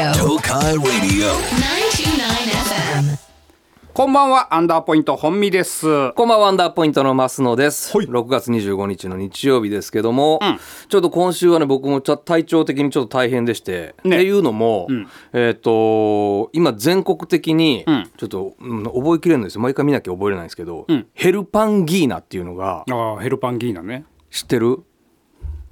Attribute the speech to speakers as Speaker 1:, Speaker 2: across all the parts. Speaker 1: I Radio.
Speaker 2: 929FM.
Speaker 3: こんばんは、アンダーポイント本美です。
Speaker 4: こんばんは、ワンダーポイントの増野です。
Speaker 3: はい
Speaker 4: 6月25日の日曜日ですけども、ちょっと今週はね、僕もちょっと体調的にちょっと大変でして、
Speaker 3: ね
Speaker 4: っていうのも、
Speaker 3: ん
Speaker 4: えっ、と、今全国的に、ちょっと、うん覚えきれるんですよ。毎回見なきゃ覚えれないんですけど、
Speaker 3: ん
Speaker 4: ヘルパンギーナっていうのが、
Speaker 3: ああ、ヘルパンギーナね。
Speaker 4: 知ってる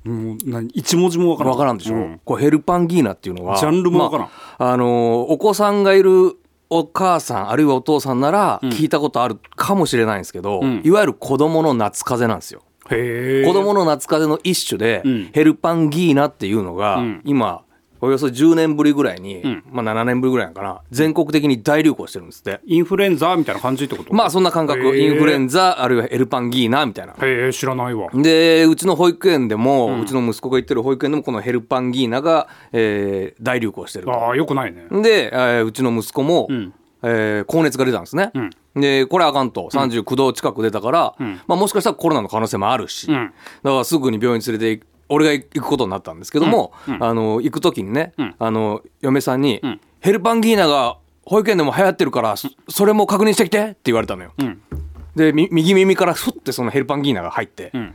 Speaker 3: もう何一文字もわからん。
Speaker 4: わからんでしょ、
Speaker 3: う
Speaker 4: こうヘルパンギーナっていうのは
Speaker 3: ジャンルもわからん
Speaker 4: まああのーお子さんがいるお母さんあるいはお父さんなら聞いたことあるかもしれないんですけど、
Speaker 3: ん
Speaker 4: いわゆる子供の夏風邪なんですよ、
Speaker 3: へえ。
Speaker 4: 子供の夏風邪の一種で、
Speaker 3: ん
Speaker 4: ヘルパンギーナっていうのが、
Speaker 3: ん
Speaker 4: 今およそ10年ぶりぐらいに、
Speaker 3: ん
Speaker 4: まあ、7年ぶりぐらいなのかな全国的に大流行してるんですって
Speaker 3: インフルエンザみたいな感じってこと
Speaker 4: まあそんな感覚
Speaker 3: へえ
Speaker 4: インフルエンザあるいはヘルパンギーナみたいな
Speaker 3: へえ、知らないわ。
Speaker 4: でうちの保育園でも、うちの息子が行ってる保育園でもこのヘルパンギーナが、えー大流行してると
Speaker 3: ああ、よくないね。
Speaker 4: で、えーうちの息子も、
Speaker 3: ん
Speaker 4: えー高熱が出たんですね、でこれあかんと39度近く出たから、まあ、もしかしたらコロナの可能性もあるし、
Speaker 3: ん
Speaker 4: だからすぐに病院連れて行く俺が行くことになったんですけども、あの行く時にね、あの嫁さんに、ヘルパンギーナが保育園でも流行ってるから、そそれも確認してきて」って言われたのよ。でみ右耳からふってそのヘルパンギーナが入って、
Speaker 3: ん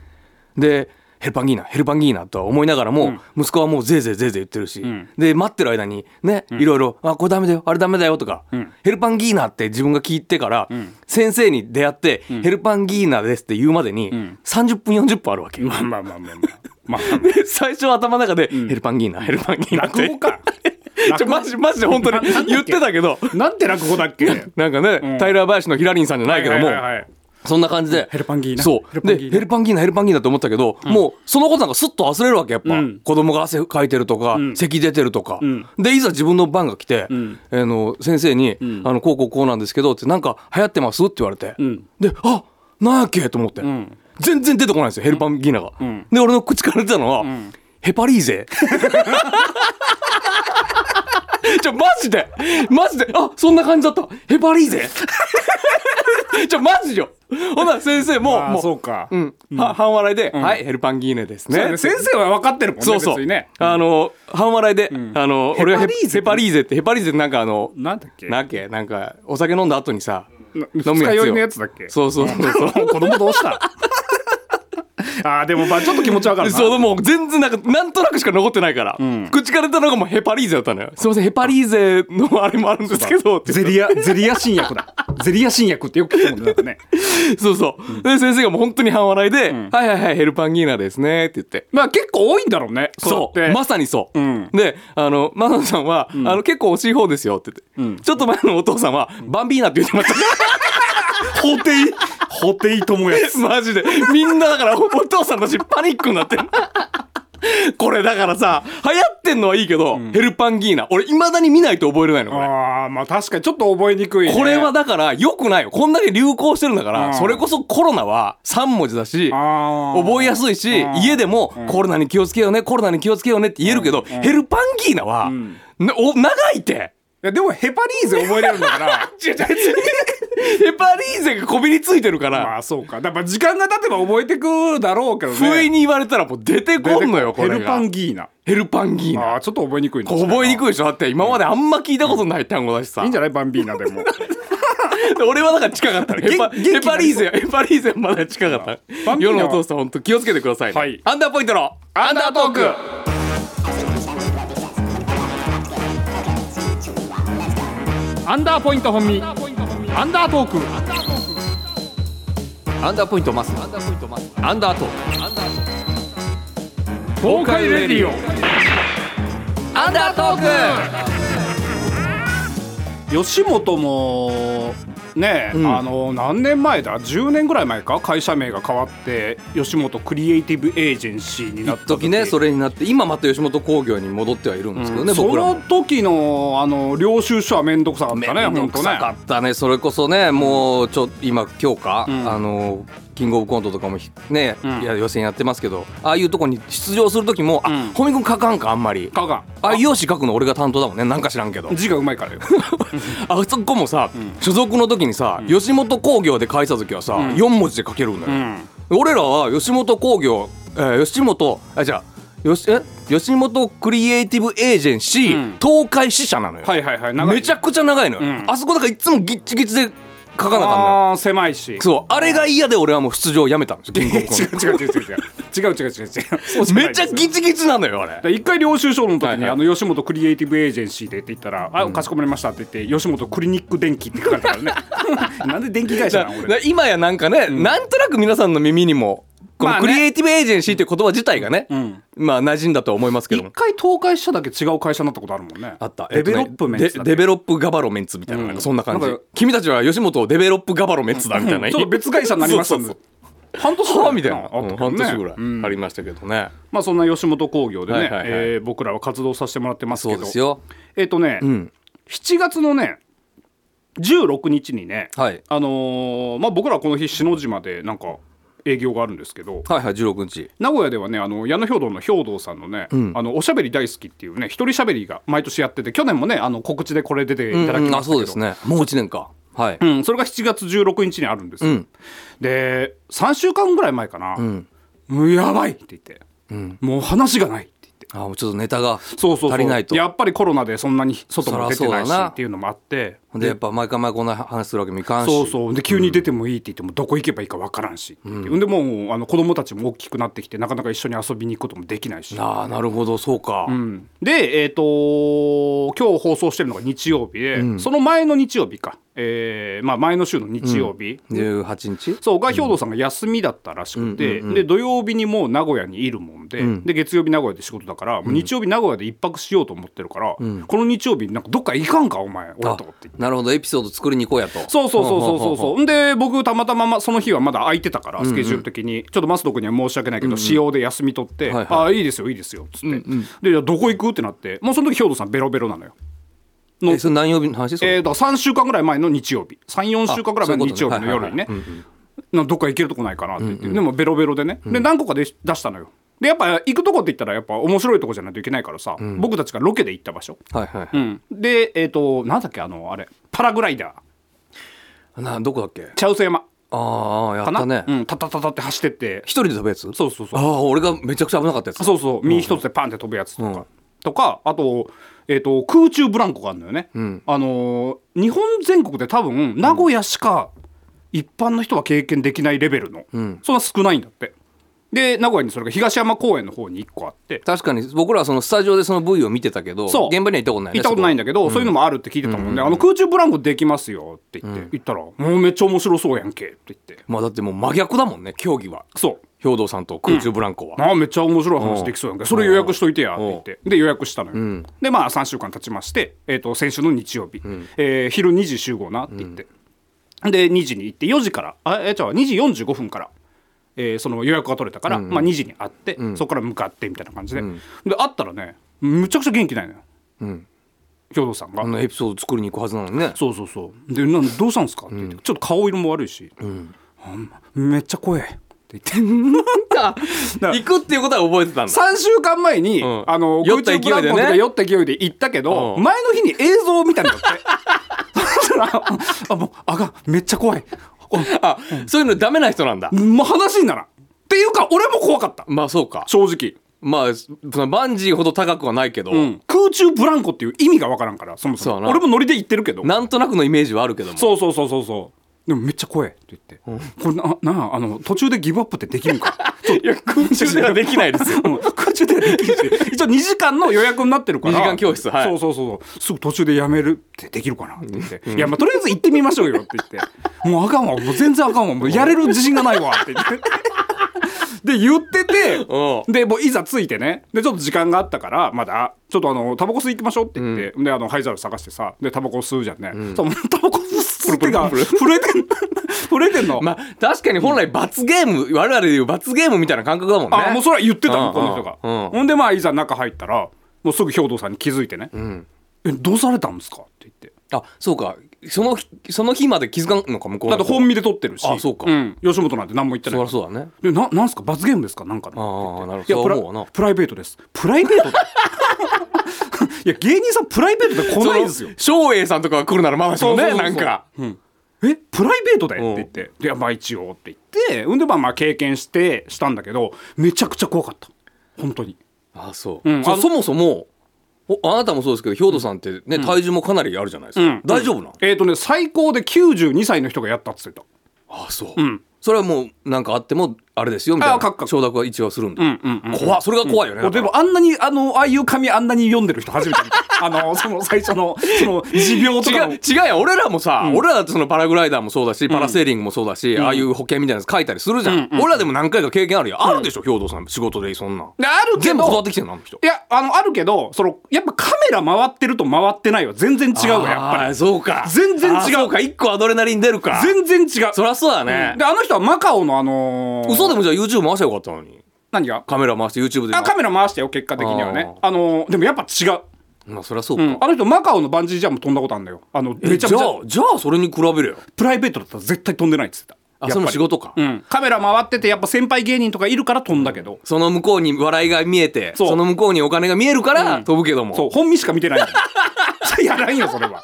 Speaker 4: でヘルパンギーナヘルパンギーナとは思いながらも、息子はもうぜいぜいぜいぜい言ってるし、で待ってる間にね、いろいろ「あこれダメだよあれダメだよ」とか、ヘルパンギーナって自分が聞いてから、先生に出会って、ヘルパンギーナです」って言うまでに、30分40分あるわけ。
Speaker 3: まあまあまあまあまあ。まあ、
Speaker 4: で最初は頭の中で、ヘルパンギー ナヘルパンギーナ」っ
Speaker 3: 落
Speaker 4: て
Speaker 3: 語か。
Speaker 4: ちょマジマジで本当に
Speaker 3: ななんだっけ
Speaker 4: 言ってたけど
Speaker 3: なんて落語だっけ。だ
Speaker 4: なんかね、タイラー・バヤシのヒラリンさんじゃないけども、そんな感じで。
Speaker 3: ヘルパンギーナ
Speaker 4: そ
Speaker 3: ヘル
Speaker 4: う。
Speaker 3: パン
Speaker 4: で、
Speaker 3: ギーナ
Speaker 4: ヘルパンギーナ、ヘルパンギーナって思ったけど、もう、そのことなんかすっと忘れるわけ、やっぱ。
Speaker 3: うん
Speaker 4: 子供が汗かいてるとか、咳出てるとか、
Speaker 3: ん
Speaker 4: で、いざ自分の番が来て、あの、先生に、あの、こうこうこうなんですけど、って、なんか流行ってますって言われて、
Speaker 3: ん
Speaker 4: で、あなんやっけと思って、
Speaker 3: ん
Speaker 4: 全然出てこないんですよ、ヘルパンギーナが。
Speaker 3: ん
Speaker 4: で、俺の口から出たのは、ヘパリーゼ。 ちょ、マジでマジであそんな感じだったヘパリ ーゼちょ、マジよほな、先生も、
Speaker 3: あ
Speaker 4: も
Speaker 3: あ、そうか。
Speaker 4: うん、は半笑いで、はい、ヘルパンギーネです
Speaker 3: そうだ
Speaker 4: ね。
Speaker 3: ね先生は分かってるもんね。
Speaker 4: そうそう、
Speaker 3: 別にね。
Speaker 4: あの、半笑いで、あの、俺はヘ
Speaker 3: ヘパリーゼ
Speaker 4: ヘパリーゼって、ヘパリーゼってなんかあの、
Speaker 3: なんだっけ。
Speaker 4: なんだっけ、なんか、お酒飲んだ後にさ、
Speaker 3: 二日酔いのやつだっけ。
Speaker 4: そうそうそうそう。
Speaker 3: もう 子供どう したああでもまあちょっと気持ちわかるな
Speaker 4: そうもう全然なんかなんとなくしか残ってないから、口から出たのがもうヘパリーゼだったのよすいませんヘパリーゼのあれもあるんですけどって
Speaker 3: ゼリア ゼリア新薬だゼリア新薬ってよく聞くもんねなんかね
Speaker 4: そうそう、で先生がもう本当に半笑いで「はいはいはいヘルパンギーナですね」って言って
Speaker 3: まあ結構多いんだろうね
Speaker 4: そう
Speaker 3: やって
Speaker 4: まさにそう、
Speaker 3: ん
Speaker 4: であのマナさんは、あの結構惜しい方ですよって言って、ちょっと前のお父さんは、バンビーナって言ってました
Speaker 3: 法廷法廷友や
Speaker 4: マジでみんなだからお父さんたちパニックになってる これだからさ流行ってんのはいいけど、ヘルパンギーナ俺いまだに見ないと覚えれないのこ れ
Speaker 3: ああまあ確かにちょっと覚えにくいね、
Speaker 4: これはだから良くないよこんだけ流行してるんだ
Speaker 3: う
Speaker 4: か
Speaker 3: ん
Speaker 4: らそれこそコロナは3文字だし
Speaker 3: あー
Speaker 4: 覚えやすいし
Speaker 3: うん
Speaker 4: 家でもコロナに気をつけようねコロナに気をつけようねって言えるけどヘルパンギーナはなお長いって
Speaker 3: いやでもヘパリーゼ覚えれるんだから
Speaker 4: ヘパリーゼがこびりついてるから
Speaker 3: まあそうかだから時間が経てば覚えてくだろうけどね
Speaker 4: 不意に言われたらもう出てこんのよこ
Speaker 3: ヘ
Speaker 4: れ
Speaker 3: ルパ
Speaker 4: が
Speaker 3: ンギーナ
Speaker 4: ヘルパンギーナ
Speaker 3: ああちょっと覚えにくいね
Speaker 4: 覚えにくいでしょだって今まであんま聞いたことない単語だしさ
Speaker 3: いいんじゃないバンビーナでも
Speaker 4: 俺はだから近かったのヘパ
Speaker 3: 元気
Speaker 4: ヘパリーゼヘパリーゼはまだ近かった
Speaker 3: バンビー
Speaker 4: 世
Speaker 3: ナは
Speaker 4: のお父さん本当気をつけてくださいね
Speaker 3: はい
Speaker 4: アンダーポイントの
Speaker 3: アンダートークアンダーポイント本身アンダートーク
Speaker 4: アンダーポイントマスアンダーポイントマスアンダートーク
Speaker 3: 東海レディオ
Speaker 4: アンダートー
Speaker 3: 吉本もね、
Speaker 4: ん
Speaker 3: あの何年前だ10年ぐらい前か会社名が変わって吉本クリエイティブエージェンシーになっ
Speaker 4: ク
Speaker 3: た
Speaker 4: 時ねそれになって今また吉本興業に戻ってはいるんですけどね、
Speaker 3: そ
Speaker 4: 僕ら
Speaker 3: の
Speaker 4: も。
Speaker 3: 時のあの領収書は面倒くさかっ
Speaker 4: め
Speaker 3: たね
Speaker 4: んど
Speaker 3: 本
Speaker 4: く
Speaker 3: 当
Speaker 4: さ
Speaker 3: ね
Speaker 4: かったねそれこそねもうちょ今今日か、
Speaker 3: ん
Speaker 4: あのキングオブコントとかもひね、
Speaker 3: ん
Speaker 4: いや予選やってますけどああいうとこに出場する時も、
Speaker 3: うん
Speaker 4: あ本見君書かんかあんまり
Speaker 3: かが
Speaker 4: あ容姿書くの俺が担当だもんねなんか知らんけど
Speaker 3: 字がうまいから よ
Speaker 4: あそこもさ、所属の時にさ、吉本興業で書いた時はさ、
Speaker 3: ん
Speaker 4: 4文字で書けるんだよ、
Speaker 3: うん
Speaker 4: 俺らは吉本興業、えー吉本あじゃあよしえ吉本クリエイティブエージェンシー、
Speaker 3: うん
Speaker 4: 東海支社なのよ、
Speaker 3: はいはいはい長い
Speaker 4: めちゃくちゃ長いの
Speaker 3: う
Speaker 4: よ、
Speaker 3: ん
Speaker 4: あそこだからいつもギッチギチで書かなあかんのよ
Speaker 3: あー狭いし
Speaker 4: そうあれが嫌で俺はもう出場をやめたんですよキングオブコント
Speaker 3: 違う違う違う違う違う違う違う違う違うそうじない
Speaker 4: め
Speaker 3: で
Speaker 4: ち
Speaker 3: す
Speaker 4: ゃギチギチなのよあ
Speaker 3: だか
Speaker 4: れ
Speaker 3: ら一回領収書の時に、
Speaker 4: はいはい
Speaker 3: あの吉本クリエイティブエージェンシーでって言ったら「あかしこまりました」って言って「吉本クリニック電気」って書かれたからね なんで電気会社
Speaker 4: だ
Speaker 3: な
Speaker 4: か
Speaker 3: ん
Speaker 4: ら
Speaker 3: 俺
Speaker 4: 今やなんかね、なんとなく皆さんの耳にもこ
Speaker 3: ま
Speaker 4: の
Speaker 3: あね
Speaker 4: クリエイティブエージェンシーっていう言葉自体がね、
Speaker 3: ん
Speaker 4: まあ馴染んだとは思いますけど
Speaker 3: 一
Speaker 4: も
Speaker 3: 回倒壊しただけ違う会社になったことあるもんね
Speaker 4: あった
Speaker 3: デベロップメンツだ
Speaker 4: で
Speaker 3: っけ
Speaker 4: デベロップガバロメンツみたいな,、なんかそんな感じ
Speaker 3: なんか
Speaker 4: 君たちは吉本をデベロップガバロメンツだみたいな、
Speaker 3: ちょっと別会社になりましたんで
Speaker 4: そう
Speaker 3: 半年
Speaker 4: そう
Speaker 3: ぐ
Speaker 4: は
Speaker 3: ら
Speaker 4: あ
Speaker 3: い
Speaker 4: みたい
Speaker 3: あ
Speaker 4: な、
Speaker 3: ったけど
Speaker 4: う
Speaker 3: ね
Speaker 4: ん半年ぐらい
Speaker 3: うん
Speaker 4: ありましたけどね、
Speaker 3: まあそんな吉本興業でね、
Speaker 4: はいはいはい
Speaker 3: えー僕らは活動させてもらってますけ
Speaker 4: そう
Speaker 3: ど
Speaker 4: ですよ
Speaker 3: えっ、とね、
Speaker 4: ん
Speaker 3: 7月のね16日にね、
Speaker 4: はい
Speaker 3: あのーまあ、僕らはこの日篠島でなんか営業があるんですけど
Speaker 4: はいはい16日
Speaker 3: 名古屋ではねあの矢野兵道の兵道さんのね、あのおしゃべり大好きっていうね一人しゃべりが毎年やってて去年もねあの告知でこれ出ていただき
Speaker 4: うん
Speaker 3: ま
Speaker 4: あ
Speaker 3: したけど、
Speaker 4: そうですねもう1年かはい、
Speaker 3: うん、それが7月16日にあるんですよ、
Speaker 4: ん
Speaker 3: で3週間ぐらい前かな「もうやばい!」って言って、もう話がない」って言って
Speaker 4: あもうちょっとネタが
Speaker 3: そうそうそう
Speaker 4: 足りないと
Speaker 3: やっぱりコロナでそんなに外も出てない
Speaker 4: そらそう
Speaker 3: し
Speaker 4: だな
Speaker 3: っていうのもあって
Speaker 4: でやっぱ毎回毎回こんな話するわけにもいかんし
Speaker 3: そうそうで急に出てもいいって言ってもどこ行けばいいかわからんしって言って、でもうあの子供たちも大きくなってきてなかなか一緒に遊びに行くこともできないし
Speaker 4: ああなるほどそうか、
Speaker 3: うんで、えっと今日放送してるのが日曜日で、その前の日曜日か、えーまあ、前の週の日曜日、
Speaker 4: 18日
Speaker 3: そうが兵頭さんが休みだったらしくて、で土曜日にもう名古屋にいるもんで,、で月曜日名古屋で仕事だから、もう日曜日名古屋で一泊しようと思ってるから、この日曜日なんかどっか行かんかお前俺
Speaker 4: あ
Speaker 3: とかって言って。
Speaker 4: なるほどエピソード作りに行こうやと
Speaker 3: そうそうそうそうそう
Speaker 4: ほうほうほう
Speaker 3: そう。んで僕たまたままその日はまだ空いてたからスケジュール的に、ちょっとマスド君には申し訳ないけど、仕様で休み取って、
Speaker 4: はいはい
Speaker 3: ああいいですよいいですよっつって、でじゃあどこ行くってなってもうその時兵頭さんベロベロなのよ。の
Speaker 4: えそれ何曜日の話それ
Speaker 3: えー、だから3週間ぐらい前の日曜日34週間ぐらい前の日曜日の夜にね
Speaker 4: あそういうこ
Speaker 3: などっか行けるとこないかなって言って、でもベロベロでねで何個かで出したのよでやっぱ行くとこって言ったらやっぱ面白いとこじゃないといけないからさ、僕たちがロケで行った場所、
Speaker 4: はいはいは
Speaker 3: う
Speaker 4: い、
Speaker 3: ん、でえっ、となんだっけあのあれパラグライダー
Speaker 4: などこだっけ
Speaker 3: 茶臼山
Speaker 4: ああやっ
Speaker 3: かな
Speaker 4: たね、
Speaker 3: うん、タタタタって走ってって
Speaker 4: 一人で食べやつ
Speaker 3: そうそうそう
Speaker 4: ああ俺がめちゃくちゃ危なかったやつ
Speaker 3: そうそう身一つでパンって飛ぶやつとか、
Speaker 4: うん
Speaker 3: とかあと,、えー、と空中ブランコがあるのよね、あのー日本全国で多分名古屋しか一般の人は経験できないレベルの、そんな少ないんだってで名古屋にそれが東山公園の方に1個あって
Speaker 4: 確かに僕らはそのスタジオでその V を見てたけど現
Speaker 3: そう
Speaker 4: 場には行ったことない、ね、
Speaker 3: 行ったことないんだけど、そういうのもあるって聞いてたもんね、あの空中ブランコできますよって言って、行ったら「もうめっちゃ面白そうやんけ」って言って
Speaker 4: そこまあだってもう真逆だもんね競技は
Speaker 3: そう
Speaker 4: 兵頭さんと空中ブランコは、
Speaker 3: ああめっちゃ面白い話できそうやんかそれ予約しといてやって言ってで予約したのよ、でまあ3週間経ちまして、えー、と先週の日曜日、えー昼2時集合なって言って、で2時に行って4時からあえじゃあ2時45分から、えーその予約が取れたから、まあ、2時に会って、そこから向かってみたいな感じで、で会ったらねむちゃくちゃ元気ないのよ、兵頭さんが、
Speaker 4: あのエピソード作りに行くはずなのにね
Speaker 3: そうそうそうでなんどうしたんですか?」って言って、ちょっと顔色も悪いし「あんまめっちゃ怖え」って言って
Speaker 4: 行くっていうことは覚えてたんだ
Speaker 3: 3週間前に、
Speaker 4: ん
Speaker 3: あの空
Speaker 4: 酔った勢
Speaker 3: 中ブ
Speaker 4: いで
Speaker 3: ラン
Speaker 4: ね
Speaker 3: コとか酔った勢いで行ったけど、
Speaker 4: うん
Speaker 3: 前の日に映像を見たん だってそしたらあもうあがめっちゃ怖いあ
Speaker 4: あそういうのダメな人なんだ
Speaker 3: もう話にならんっていうか俺も怖かった
Speaker 4: まあそうか
Speaker 3: 正直、
Speaker 4: まあそのバンジーほど高くはないけど、
Speaker 3: うん空中ブランコっていう意味がわからんからそもそ
Speaker 4: そう
Speaker 3: も
Speaker 4: やな
Speaker 3: 俺もノリで行ってるけど
Speaker 4: なんとなくのイメージはあるけども
Speaker 3: そうそうそうそうそうでもめっちゃ怖いって言って、これななああの途中でギブアップってできるん かいや空
Speaker 4: 中ではできないですよ
Speaker 3: 空中ではできるし一応2時間の予約になってるから
Speaker 4: 二時間教室はい
Speaker 3: そうそうそうそうすぐ途中でやめるってできるかなって言って、いやまあとりあえず行ってみましょうよって言 ってもうあかんわもう全然あかんわもうやれる自信がないわって言って。で言ってて
Speaker 4: う
Speaker 3: でもういざ着いてねでちょっと時間があったからまだちょっとあのタバコ吸い行きましょうって言って、であの灰皿探してさでタバコ吸うじゃんね、そうもうタバコ吸ってが震 えてん震えてんの、
Speaker 4: まあ確かに本来罰ゲーム、我々でいう罰ゲームみたいな感覚だもんね
Speaker 3: あもうそれは言ってた
Speaker 4: う
Speaker 3: の
Speaker 4: ん
Speaker 3: この人が、
Speaker 4: うんうん
Speaker 3: ほんでまあいざ中入ったらもうすぐ兵頭さんに気づいてね「えどうされたんですか?」って言って
Speaker 4: あそうかその日その日まで気づかんのか向こう
Speaker 3: だ
Speaker 4: の
Speaker 3: って本身で撮ってるし
Speaker 4: あそうか
Speaker 3: ん吉本なんて何も言って
Speaker 4: そ
Speaker 3: な
Speaker 4: り
Speaker 3: い
Speaker 4: ゃそうだね
Speaker 3: でななんすか罰ゲームですかなんか
Speaker 4: あ
Speaker 3: の
Speaker 4: あなるほど
Speaker 3: いや
Speaker 4: そう
Speaker 3: プラ
Speaker 4: 思うわな
Speaker 3: プライベートですプライベー トだいや芸人さんプライベートで来ないですよ
Speaker 4: その翔英さんとかが来るならまだしもねなんか、
Speaker 3: うんえプライベートでって言って「でまあ一応」って言ってほんでまあまあ経験してしたんだけどめちゃくちゃ怖かった本当に
Speaker 4: あそう、
Speaker 3: うん
Speaker 4: そ
Speaker 3: あの
Speaker 4: そもそもおあなたもそうですけど兵頭さんってね、体重もかなりあるじゃないですか、
Speaker 3: うん
Speaker 4: 大丈夫なん、
Speaker 3: えっ、とね最高で92歳の人がやったっつってた
Speaker 4: あそう、
Speaker 3: うん
Speaker 4: それはもうなんかあってもあれですよみたい
Speaker 3: あかっか
Speaker 4: な承諾は一応するんだ、
Speaker 3: うんうんうん
Speaker 4: 怖っそれが怖いよね、
Speaker 3: でもあんなにあのああいう紙あんなに読んでる人初めて見た あのその最初のその持病と
Speaker 4: 違
Speaker 3: か
Speaker 4: う
Speaker 3: も
Speaker 4: 違うよ俺らもさ、俺らだってそのパラグライダーもそうだし、パラセーリングもそうだし、ああいう保険みたいなやつ書いたりするじゃん、俺らでも何回か経験あるよあるでしょ兵頭さん仕事でそんなん
Speaker 3: であるけど
Speaker 4: 全部断ってきてるのあの人
Speaker 3: いやあのあるけどそのやっぱカメラ回ってると回ってないは全然違うわやっぱ
Speaker 4: あー
Speaker 3: り
Speaker 4: そうか
Speaker 3: 全然違う
Speaker 4: あーそうか一個アドレナリン出るか
Speaker 3: 全然違う
Speaker 4: そりゃそうだね、
Speaker 3: であの人はマカオのあのー
Speaker 4: 嘘でもじゃあ YouTube 回せばよかったのに
Speaker 3: 何が
Speaker 4: カメラ回して YouTube で
Speaker 3: あカメラ回したよ結果的にはねあのーでもやっぱ違う、
Speaker 4: まあそりゃそう
Speaker 3: う
Speaker 4: か、
Speaker 3: ん、あの人マカオのバンジージャンプ飛んだことあるんだよあの
Speaker 4: え
Speaker 3: めちゃ
Speaker 4: じ
Speaker 3: め
Speaker 4: ゃ
Speaker 3: ちゃ
Speaker 4: あじゃあそれに比べるよ
Speaker 3: プライベートだったら絶対飛んでないっつってたやっぱ
Speaker 4: あ
Speaker 3: り
Speaker 4: その仕事か、
Speaker 3: うん、カメラ回っててやっぱ先輩芸人とかいるから飛んだけど、
Speaker 4: その向こうに笑いが見えて
Speaker 3: そ
Speaker 4: そうの向こうにお金が見えるから飛ぶけども、
Speaker 3: そう本身しか見 てないんだよやらんよそれは、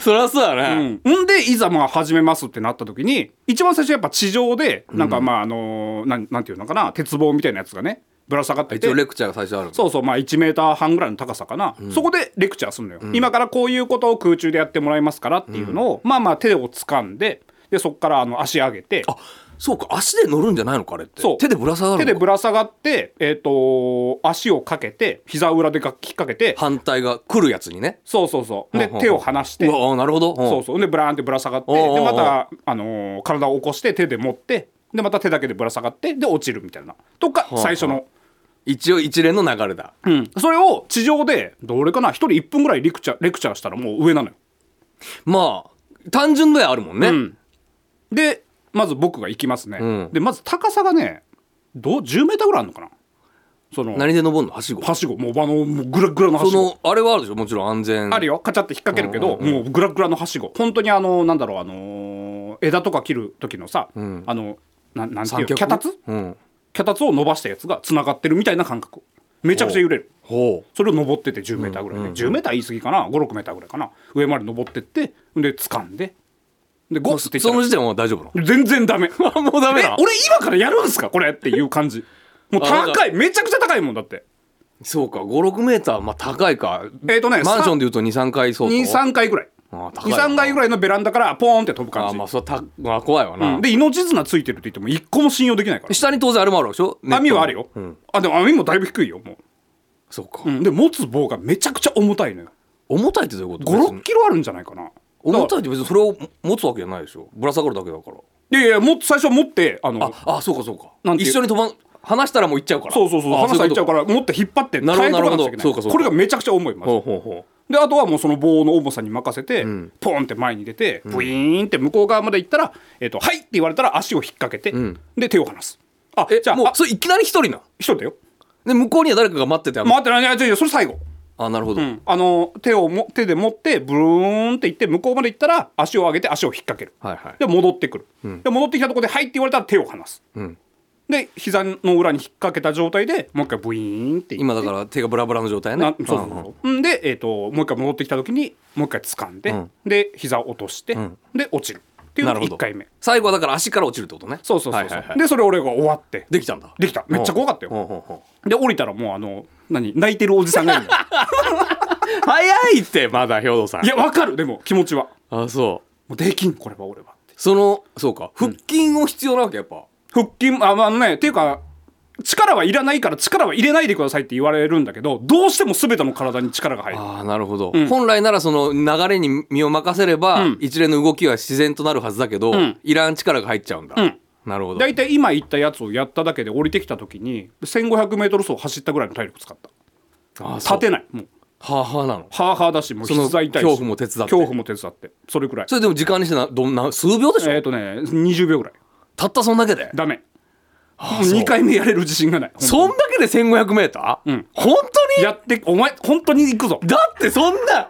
Speaker 4: そりゃそうだね、
Speaker 3: うん、んでいざまあ始めますってなった時に一番最初やっぱ地上でなんかまああのーなんなんていうのかな鉄棒みたいなやつがねぶら下がって
Speaker 4: 一
Speaker 3: て
Speaker 4: 応レクチャーが最初あるの
Speaker 3: そうそうまあ1メーター半ぐらいの高さかな、そこでレクチャーするのよ、今からこういうことを空中でやってもらいますからっていうのを、まあまあ手を掴んででそこからあの足上げて
Speaker 4: あそうか足で乗るんじゃないのかあれって
Speaker 3: そう
Speaker 4: 手でぶら下がるの
Speaker 3: 手
Speaker 4: か
Speaker 3: でぶら下がって、えっと足をかけて膝裏でが引っ掛けて
Speaker 4: 反対が来るやつにね
Speaker 3: そうそうそうで
Speaker 4: うんうん
Speaker 3: 手を離して
Speaker 4: うわあなるほど、うん
Speaker 3: そうそうでブラーンってぶら下がって
Speaker 4: おうおうおう
Speaker 3: でまた、あのー体を起こして手で持ってでまた手だけでぶら下がってで落ちるみたいなとか
Speaker 4: あ
Speaker 3: 最初の、
Speaker 4: 一応一連の流れだ
Speaker 3: うん、それを地上でどれかな1人1分ぐらいレクチャーレクチャーしたらもう上なのよ
Speaker 4: まあ単純度やあるもんね、
Speaker 3: うんでまず僕が行きますね、
Speaker 4: うん
Speaker 3: でまず高さがねどう10メーターぐらいあるのかなその
Speaker 4: 何で登るのはしご
Speaker 3: はしごもうあのもうグラグラのは
Speaker 4: そ
Speaker 3: しご
Speaker 4: のあれはあるでしょもちろん安全
Speaker 3: あるよカチャって引っ掛けるけど、もうグラグラのはしご本当にあのなんだろうあのー枝とか切る時のさ、
Speaker 4: ん
Speaker 3: あのななんていう
Speaker 4: 三
Speaker 3: の
Speaker 4: 脚
Speaker 3: 脚立
Speaker 4: うん
Speaker 3: 脚立を伸ばしたやつがつながってるみたいな感覚めちゃくちゃ揺れる
Speaker 4: ほ
Speaker 3: それを登ってて10メーターぐらいね、10メーター言い過ぎかな5 6メーターぐらいかな上まで登ってってで掴んででゴ
Speaker 4: う
Speaker 3: ッっていった
Speaker 4: その
Speaker 3: ら
Speaker 4: 時点はもう大丈夫な
Speaker 3: 全然ダ メ
Speaker 4: のもうダメ
Speaker 3: え
Speaker 4: なの
Speaker 3: 俺今からやるんすかこれっていう感じもう
Speaker 4: あな
Speaker 3: 高
Speaker 4: んか
Speaker 3: いめちゃくちゃ高いもんだって
Speaker 4: そうか56メーターまあ高いか
Speaker 3: えーとね
Speaker 4: マンションでいうと23階相当
Speaker 3: 23回ぐらい
Speaker 4: あ高いな
Speaker 3: 23回ぐらいのベランダからポーンって飛ぶ
Speaker 4: あ
Speaker 3: 感
Speaker 4: ー
Speaker 3: じ
Speaker 4: まあそれはた、まあ、怖いわな、
Speaker 3: うんで命綱ついてるって言っても一個も信用できないから
Speaker 4: 下に当然あれもあるでしょネット
Speaker 3: 網はあるよ、
Speaker 4: うん、
Speaker 3: あでも網もだいぶ低いよも
Speaker 4: そうか、
Speaker 3: う、うんで持つ棒がめちゃくちゃ重たいのよ
Speaker 4: 重たいってどういうこと別
Speaker 3: 56
Speaker 4: に
Speaker 3: キロあるんじゃないかな
Speaker 4: 重たいって別にそれを持つわけじゃないでしょぶら下がるだけだから
Speaker 3: いやいやもっと最初は持ってあの
Speaker 4: ああそうかそうか
Speaker 3: なんていう
Speaker 4: 一緒に飛ばん離したらもう行っちゃうから
Speaker 3: そうそうそう
Speaker 4: あ
Speaker 3: 話されちゃうからら持って引っ張って
Speaker 4: なるほ
Speaker 3: 耐え
Speaker 4: ど
Speaker 3: とかなくちゃいけ
Speaker 4: なるほどそうかそうか
Speaker 3: これがめちゃくちゃ重いまず
Speaker 4: ほうほうほう
Speaker 3: であとはもうその棒の重さに任せて、
Speaker 4: ん
Speaker 3: ポンって前に出てブイーンって向こう側まで行ったら「えっとはい!」って言われたら足を引っ掛けて、
Speaker 4: ん
Speaker 3: で手を離すあ
Speaker 4: え
Speaker 3: じゃあ
Speaker 4: もう
Speaker 3: あ
Speaker 4: それいきなり一人な
Speaker 3: 一人だよ
Speaker 4: で向こうには誰かが待っててあの
Speaker 3: 回ってないいやいやいやそれ最後、
Speaker 4: あなるほど、
Speaker 3: うんあの手をも手で持ってブルーンって行って向こうまで行ったら足を上げて足を引っ掛ける、
Speaker 4: はいはい
Speaker 3: で戻ってくる、で戻ってきたところで「はい!」って言われたら手を離す、
Speaker 4: ん
Speaker 3: で膝の裏に引っ掛けた状態でもう一回ブイーンって行って
Speaker 4: 今だから手がブラブラの状態ね
Speaker 3: なそうそうそう、ん、で、えー、ともう一回戻ってきた時にもう一回掴んで、
Speaker 4: うん
Speaker 3: で膝を落として、
Speaker 4: ん
Speaker 3: で落ちるっていう
Speaker 4: な
Speaker 3: の
Speaker 4: る
Speaker 3: が
Speaker 4: ほど
Speaker 3: 1回目
Speaker 4: 最後はだから足から落ちるってことね
Speaker 3: そうそうそうそう、
Speaker 4: はいはいはい
Speaker 3: でそれ俺が終わって
Speaker 4: できたんだ
Speaker 3: できためっちゃ怖かったよ
Speaker 4: ほうほうほう
Speaker 3: で降りたらもうあの何泣いてるおじさんがい るの
Speaker 4: 早いってまだ兵頭さん
Speaker 3: いやわかるでも気持ちは
Speaker 4: あそう
Speaker 3: もうできんこれは俺はって
Speaker 4: そのそうか腹筋を必要なわけやっぱ、
Speaker 3: 腹筋あまあねっていうか力はいらないから力は入れないでくださいって言われるんだけどどうしても全ての体に力が入る
Speaker 4: ああなるほど、本来ならその流れに身を任せれば、
Speaker 3: うん
Speaker 4: 一連の動きは自然となるはずだけど、
Speaker 3: ん
Speaker 4: いらん力が入っちゃうんだ、
Speaker 3: ん
Speaker 4: なるほど
Speaker 3: 大体今言ったやつをやっただけで降りてきた時に 1500m 走走ったぐらいの体力使った
Speaker 4: あーそう
Speaker 3: 立てないもう
Speaker 4: はあはあなの
Speaker 3: はあはあだしもう
Speaker 4: その
Speaker 3: 膝痛いし
Speaker 4: 恐怖も手伝って
Speaker 3: 恐怖も手伝ってそれくらい
Speaker 4: それでも時間にしてなどんな数秒でしょ、
Speaker 3: えっ、とね20秒ぐらい
Speaker 4: たったそんだけで
Speaker 3: ダメもう
Speaker 4: そう
Speaker 3: 2回目やれる自信がない
Speaker 4: そん
Speaker 3: 本
Speaker 4: だけで 1500m?
Speaker 3: うん
Speaker 4: 本
Speaker 3: 当
Speaker 4: 当
Speaker 3: に
Speaker 4: に
Speaker 3: やってお前本当に行くぞ
Speaker 4: だってそんな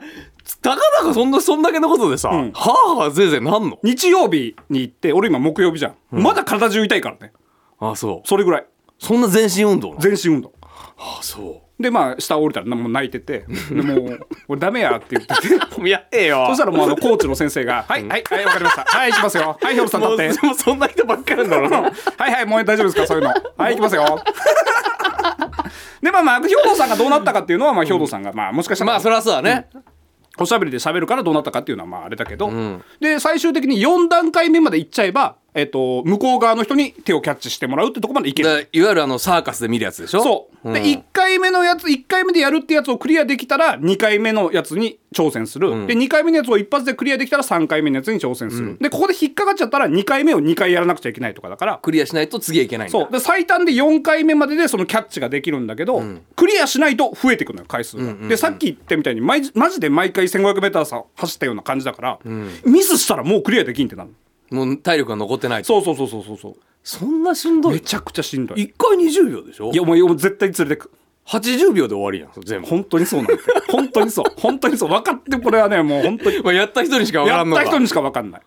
Speaker 4: たかだかそんなそんだけのことでさ、
Speaker 3: ん
Speaker 4: はあはあぜいぜいなんの
Speaker 3: 日曜日に行って俺今木曜日じゃん、まだ体中痛いからね
Speaker 4: あそう
Speaker 3: それぐらい
Speaker 4: そんな全身運動なの
Speaker 3: 全身運動
Speaker 4: あそ
Speaker 3: でまあ下降りたらなもう泣いててでもう 俺ダメやって言ってて
Speaker 4: うやええよ
Speaker 3: そしたらもうあのコーチの先生が「はいはいはいわかりましたはい行きますよはいひょうさん立って」
Speaker 4: もうそんな人ばっかりなんだろうな
Speaker 3: はいはいもう大丈夫ですかそういうのはい行きますよ でまあまあ兵頭さんがどうなったかっていうのは、まあ、兵頭さんが、まあ、もしかしたら、
Speaker 4: まあそりゃそうだね、
Speaker 3: おしゃべりで喋るからどうなったかっていうのはまああれだけど、で最終的に4段階目まで行っちゃえば、えっと向こう側の人に手をキャッチしてもらうってとこま でいけ
Speaker 4: だ
Speaker 3: る。
Speaker 4: からいわゆるあのサーカスで見るやつでしょ
Speaker 3: そう、で1回目のやつ1回目でやるってやつをクリアできたら2回目のやつに挑戦する、で2回目のやつを一発でクリアできたら3回目のやつに挑戦する、でここで引っかかっちゃったら2回目を2回やらなくちゃいけないとかだから
Speaker 4: クリアしないと次はいけないんだ
Speaker 3: そうで最短で4回目まででそのキャッチができるんだけど、クリアしないと増えてくのよ回数が、でさっき言ったみたいに毎マジで毎回 1500m さ走ったような感じだから、ミスしたらもうクリアできんってなる
Speaker 4: もう体力が残ってないと
Speaker 3: そうそうそうそうそうそ
Speaker 4: そんなしん
Speaker 3: う
Speaker 4: ど
Speaker 3: め
Speaker 4: い
Speaker 3: ちゃくちゃしんどい
Speaker 4: 1回20秒でしょ
Speaker 3: いやもう絶対連れてく
Speaker 4: 80秒で終わりやんそれ全部、
Speaker 3: 本当にそうなんだよ本当にそう本当にそう分かってこれはねもう本当に
Speaker 4: まあ、やった人にしか分か
Speaker 3: や
Speaker 4: ら
Speaker 3: っ
Speaker 4: んのか
Speaker 3: た人にしか分かんない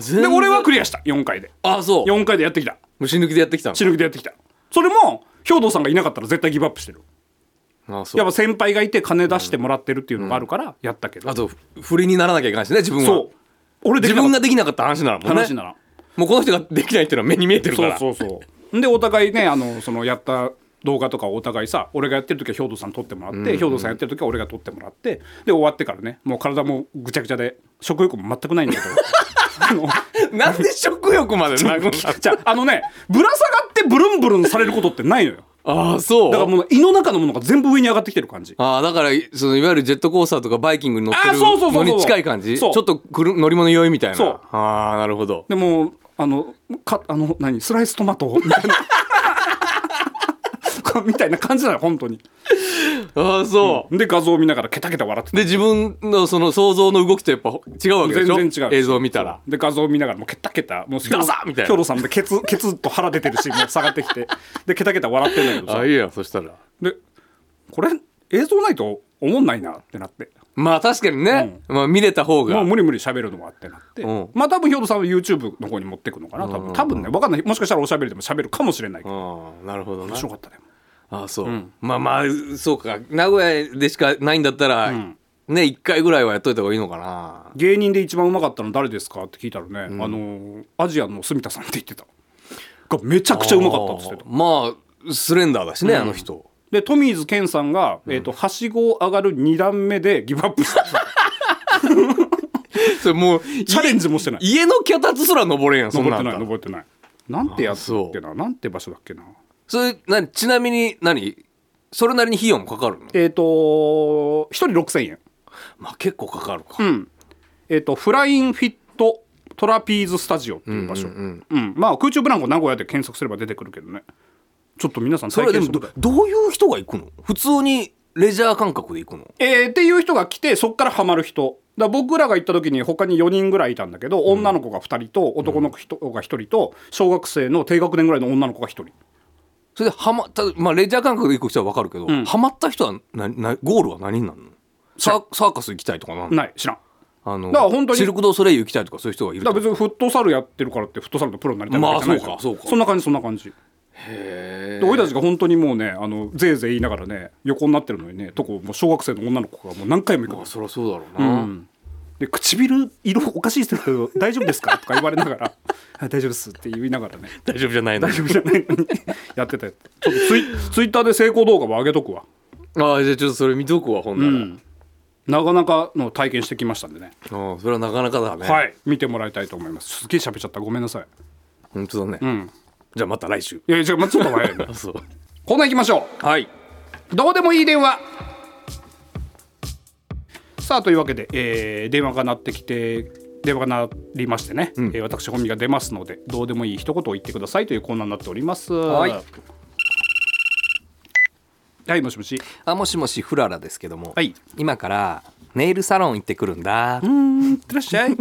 Speaker 4: 人
Speaker 3: で俺はクリアした4回で
Speaker 4: あそう
Speaker 3: 4回でやってきた
Speaker 4: 虫抜きでやってきたの
Speaker 3: 死ぬ気でやってきたそれも兵頭さんがいなかったら絶対ギブアップしてる
Speaker 4: あそう
Speaker 3: やっぱ先輩がいて金出してもらってるっていうのがあるからやったけど、
Speaker 4: あとふ振りにならなきゃいけないしね自分は
Speaker 3: そう俺でき
Speaker 4: 自
Speaker 3: なか
Speaker 4: 分
Speaker 3: っ
Speaker 4: ができなかった話ならも
Speaker 3: た
Speaker 4: んね
Speaker 3: 話なら
Speaker 4: もうこの人ができないっていうのは目に見えてるから
Speaker 3: そうそうそうでお互いねあのそのやった動画とかをお互いさ俺がやってる時は兵頭さん撮ってもらって、兵頭さんやってる時は俺が撮ってもらってで終わってからねもう体もぐちゃぐちゃで食欲も全くないんだ けどあの
Speaker 4: なんで食欲までなくなっ
Speaker 3: じゃああのねぶら下がってブルンブルンされることってないのよ
Speaker 4: ああそう
Speaker 3: だからもう胃の中のものが全部上に上がってきてる感じ
Speaker 4: ああだからそのいわゆるジェットコースターとかバイキングに乗って
Speaker 3: あ
Speaker 4: る
Speaker 3: ーそうそうそ
Speaker 4: の
Speaker 3: うそう
Speaker 4: に近い感じち
Speaker 3: そ
Speaker 4: ょ
Speaker 3: う
Speaker 4: っとくる乗り物酔いみたいな
Speaker 3: そう
Speaker 4: ああなるほど
Speaker 3: でもあのかあの何スライストマトみたい なみたいな感じなの本当に
Speaker 4: ああそう、
Speaker 3: で画像を見ながらケタケタ笑ってて
Speaker 4: で自分のその想像の動きとやっぱ違うわけでしょ
Speaker 3: 全然違う
Speaker 4: 映像を見たら
Speaker 3: で画像を見ながらもうケタケタもう
Speaker 4: ダサッみたいな
Speaker 3: ヒョロさんでケツケツっと腹出てるしもう下がってきてでケタケタ笑ってんだけど
Speaker 4: あ
Speaker 3: さ
Speaker 4: あいいやそしたら
Speaker 3: でこれ映像ないと思んないなってなって
Speaker 4: まあ確かにね、まあ、見れた方が
Speaker 3: もう無理無理喋るのもあってなって、
Speaker 4: うん
Speaker 3: まあ多分ヒョドさんは YouTube の方に持ってくのかな多分多分ね分かんないもしかしたらおしゃべりでも喋るかもしれないけど
Speaker 4: うんなるほどな
Speaker 3: 面白かったね
Speaker 4: ああそう、まあまあそうか名古屋でしかないんだったら、ね1回ぐらいはやっといた方がいいのかな
Speaker 3: 芸人で一番うまかったの誰ですかって聞いたらね、あのアジアの住田さんって言ってたがめちゃくちゃうまかったっつってた
Speaker 4: ああまあスレンダーだしね、あの人
Speaker 3: でトミーズ健さんが、えー、とはしごを上がる2段目でギブアップした
Speaker 4: それもう
Speaker 3: チャレンジもしてない
Speaker 4: 家の脚立すら登れんやんそん
Speaker 3: 登ってな
Speaker 4: なん
Speaker 3: い
Speaker 4: だ
Speaker 3: 登ってないなんてやつだっけななんて場所だっけな
Speaker 4: それなちなみに何それなりに費用もかかるの
Speaker 3: えっ、と1人6000円
Speaker 4: まあ結構かかるか、
Speaker 3: うんえっ、とフラインフィットトラピーズスタジオっていう場所、うんまあ空中ブランコ名古屋で検索すれば出てくるけどねちょっと皆さん
Speaker 4: そ
Speaker 3: 体
Speaker 4: れはで
Speaker 3: 験
Speaker 4: も
Speaker 3: してみた
Speaker 4: ど
Speaker 3: い
Speaker 4: どういう人が行くの普通にレジャー感覚で行くの
Speaker 3: えーっていう人が来てそっからハマる人だから僕らが行った時に他に4人ぐらいいたんだけど、女の子が2人と男の人が1人と小学生の低学年ぐらいの女の子が1人
Speaker 4: それでハマった、まあ、レジャー感覚で行く人は分かるけど、ハマった人はななゴールは何になるのサーサーカス行きたいとかなんの
Speaker 3: ない知らん
Speaker 4: あの
Speaker 3: だから本当に
Speaker 4: シルク・ドゥ・ソレイユ行きたいとかそういう人がいる
Speaker 3: だから別にフットサルやってるからってフットサルのプロになりたいわけじゃないから
Speaker 4: まあそうかそうか
Speaker 3: そんな感じそんな感じで俺たちが本当にもうねあのぜいぜい言いながらね横になってるのにねとこもう小学生の女の子がもう何回も行くの
Speaker 4: そりゃそうだろうな、
Speaker 3: で唇色おかしいですけど大丈夫ですかとか言われながら はい大丈夫ですって言いながらね
Speaker 4: 大丈夫じゃないの
Speaker 3: 大丈夫じゃないのにやってたやつちょっとツイツイッターで成功動画も上げとくわ
Speaker 4: ああじゃあちょっとそれ見とくわほんなら、
Speaker 3: なかなかの体験してきましたんでね
Speaker 4: ああそれはなかなかだね、
Speaker 3: はい見てもらいたいと思いますすっげえ喋っちゃったごめんなさい
Speaker 4: 本当だね、
Speaker 3: ん
Speaker 4: じゃあまた来週
Speaker 3: いやじゃあまあちょっと前
Speaker 4: あそう
Speaker 3: コーナー行きましょ
Speaker 4: はい、
Speaker 3: うどうでもいい電話さあというわけで、えー電話が鳴ってきて電話が鳴りましてね、えー私本人が出ますのでどうでもいい一言を言ってくださいというコーナーになっております
Speaker 4: はい
Speaker 3: はいもしもし
Speaker 4: あもしもしフララですけども、
Speaker 3: はい
Speaker 4: 今からネイルサロン行ってくるんだ
Speaker 3: いってらっしゃい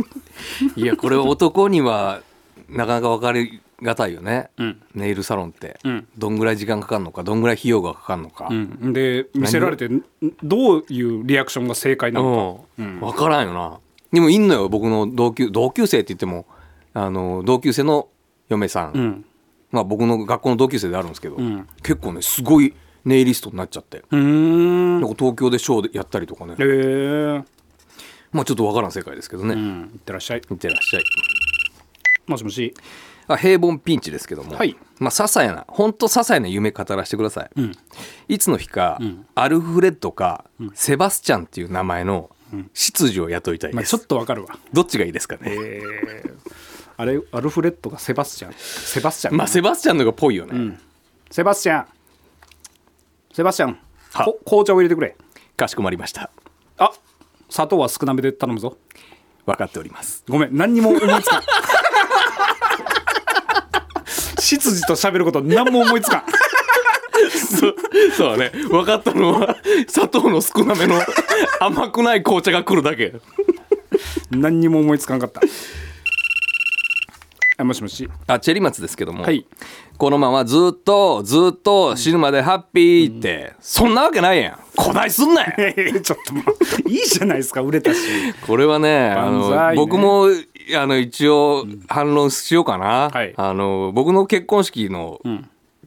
Speaker 4: いやこれ男にはなかなか分かりがたいよね、ネイルサロンって、
Speaker 3: ん
Speaker 4: どんぐらい時間かかるのかどんぐらい費用がかかるのか、
Speaker 3: うん、で見せられてんどういうリアクションが正解なの
Speaker 4: うん、分からんよなでもいんのよ僕の同級同級生って言ってもあの同級生の嫁さん、
Speaker 3: か、うん
Speaker 4: まあ、僕の学校の同級生であるんですけど、結構ねすごいネイリストになっちゃって、
Speaker 3: うーん
Speaker 4: なんか東京でショーでやったりとかね
Speaker 3: へえ、ー
Speaker 4: まあちょっと分からん世界ですけどね、
Speaker 3: う
Speaker 4: い
Speaker 3: ん、いってらっしゃい
Speaker 4: ってらっしゃい
Speaker 3: もしもし
Speaker 4: あ平凡ピンチですけども、
Speaker 3: はい
Speaker 4: まあ、些細な本当些細な夢語らせてください、いつの日か、アルフレッドか、セバスチャンっていう名前の執事を雇いたい
Speaker 3: まあ、
Speaker 4: です、
Speaker 3: ちょっとわかるわ
Speaker 4: どっちがいいですかね、
Speaker 3: えーあれアルフレッドがセバスチャンセバスチャン、
Speaker 4: まあセバスチャンの方がぽいよね、
Speaker 3: セバスチャンセバスチャン
Speaker 4: は
Speaker 3: こ紅茶を入れてくれ
Speaker 4: かしこまりました
Speaker 3: あ砂糖は少なめで頼むぞ
Speaker 4: 分かっております
Speaker 3: ごめん何にも思いつ かん執事と喋ること何も思いつかん
Speaker 4: そうそうだね分かったのは砂糖の少なめ の甘くない紅茶が来るだけ
Speaker 3: 何にも思いつかなかったあもしもし
Speaker 4: あチェリマツですけども、
Speaker 3: はい
Speaker 4: このままずっとずっと死ぬまでハッピーって、そんなわけないやんこないすんなよ
Speaker 3: ちょっともういいじゃないですか売れたし
Speaker 4: これはねあ
Speaker 3: 万歳
Speaker 4: の
Speaker 3: ね
Speaker 4: 僕もあの一応反論しようかな、
Speaker 3: はい
Speaker 4: あの僕の結婚式の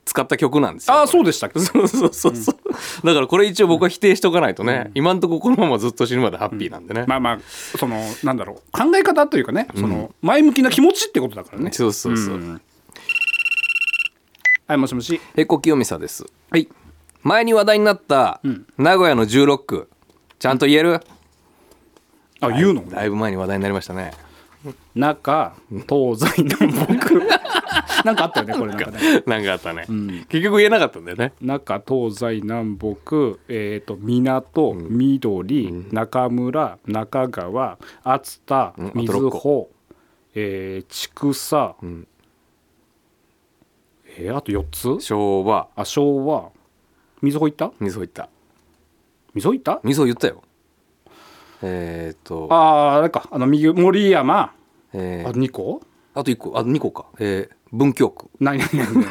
Speaker 4: 使った曲なんですよ、
Speaker 3: ああそうでしたっけ
Speaker 4: そうそうそうそう、だからこれ一応僕は否定しとかないとね、今んとここのままずっと死ぬまでハッピーなんでね、
Speaker 3: まあまあそのなんだろう考え方というかねその前向きな気持ちってことだからね、
Speaker 4: そうそうそう、
Speaker 3: はいもしもし
Speaker 4: へこきよみさです
Speaker 3: はい
Speaker 4: 前に話題になった名古屋の16区ちゃんと言える、
Speaker 3: あ言うの
Speaker 4: だいぶ前に話題になりましたね
Speaker 3: 中東西南北 なんかあったよねこれなんかね
Speaker 4: なんかあったね、結局言えなかったんだよね
Speaker 3: 中東西南北えっ、と港緑、中村中川熱田
Speaker 4: んあと
Speaker 3: 瑞
Speaker 4: 六
Speaker 3: 穂、えー、千草、えーあと4つ
Speaker 4: 昭和
Speaker 3: あ昭和瑞穂行った
Speaker 4: 水を言った
Speaker 3: 瑞穂行った
Speaker 4: 水を言ったよえー、っとあ,、
Speaker 3: あああれかあの右森山
Speaker 4: え
Speaker 3: あ
Speaker 4: ー
Speaker 3: と2個
Speaker 4: あと1個あと2個かえー、文京区
Speaker 3: 何何 何何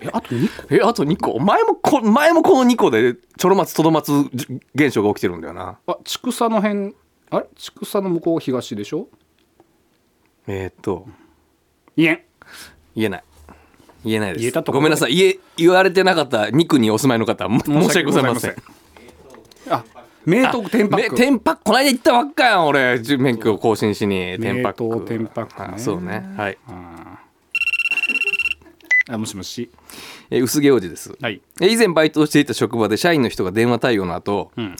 Speaker 3: えあと2個
Speaker 4: えあと2個前もこ前もこの2個でちょろまつとどまつ現象が起きてるんだよな
Speaker 3: あ千草の辺あれ千草の向こう東でしょ
Speaker 4: えー、っと
Speaker 3: いえん
Speaker 4: 言えない言えないです
Speaker 3: 言えたとこ
Speaker 4: ごめんなさい言え言われてなかった2区にお住まいの方も申し訳ございません
Speaker 3: あ名東天白
Speaker 4: めテンパックこの間行ったばっかやん俺じゅ免許を更新しにテンパック
Speaker 3: 名刀テンパックね
Speaker 4: あそうねはい、
Speaker 3: あもしもし
Speaker 4: えー薄毛王子です、
Speaker 3: はい
Speaker 4: えー以前バイトをしていた職場で社員の人が電話対応の後、
Speaker 3: ん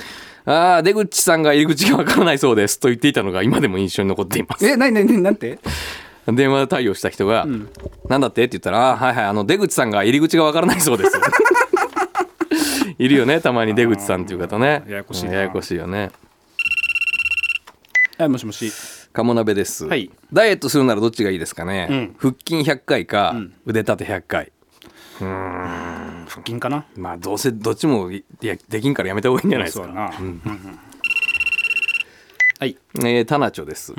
Speaker 4: ああ出口さんが入り口がわからないそうですと言っていたのが今でも印象に残っています
Speaker 3: えなになになんて
Speaker 4: 電話対応した人が「なんだって?」って言ったら「あーはいはいあの出口さんが入り口がわからないそ うです」いるよねたまに出口さんっていう方ね
Speaker 3: ややこしいな
Speaker 4: ややこしいよね
Speaker 3: あもしもし
Speaker 4: 鴨鍋です、
Speaker 3: はい
Speaker 4: ダイエットするならどっちがいいですかね、腹筋100回か、腕立て100回
Speaker 3: 腹筋かな
Speaker 4: まあどうせどっちもいいやできんからやめた方がいいんじゃないです
Speaker 3: そう
Speaker 4: か
Speaker 3: だなはい
Speaker 4: えー、タナチョです、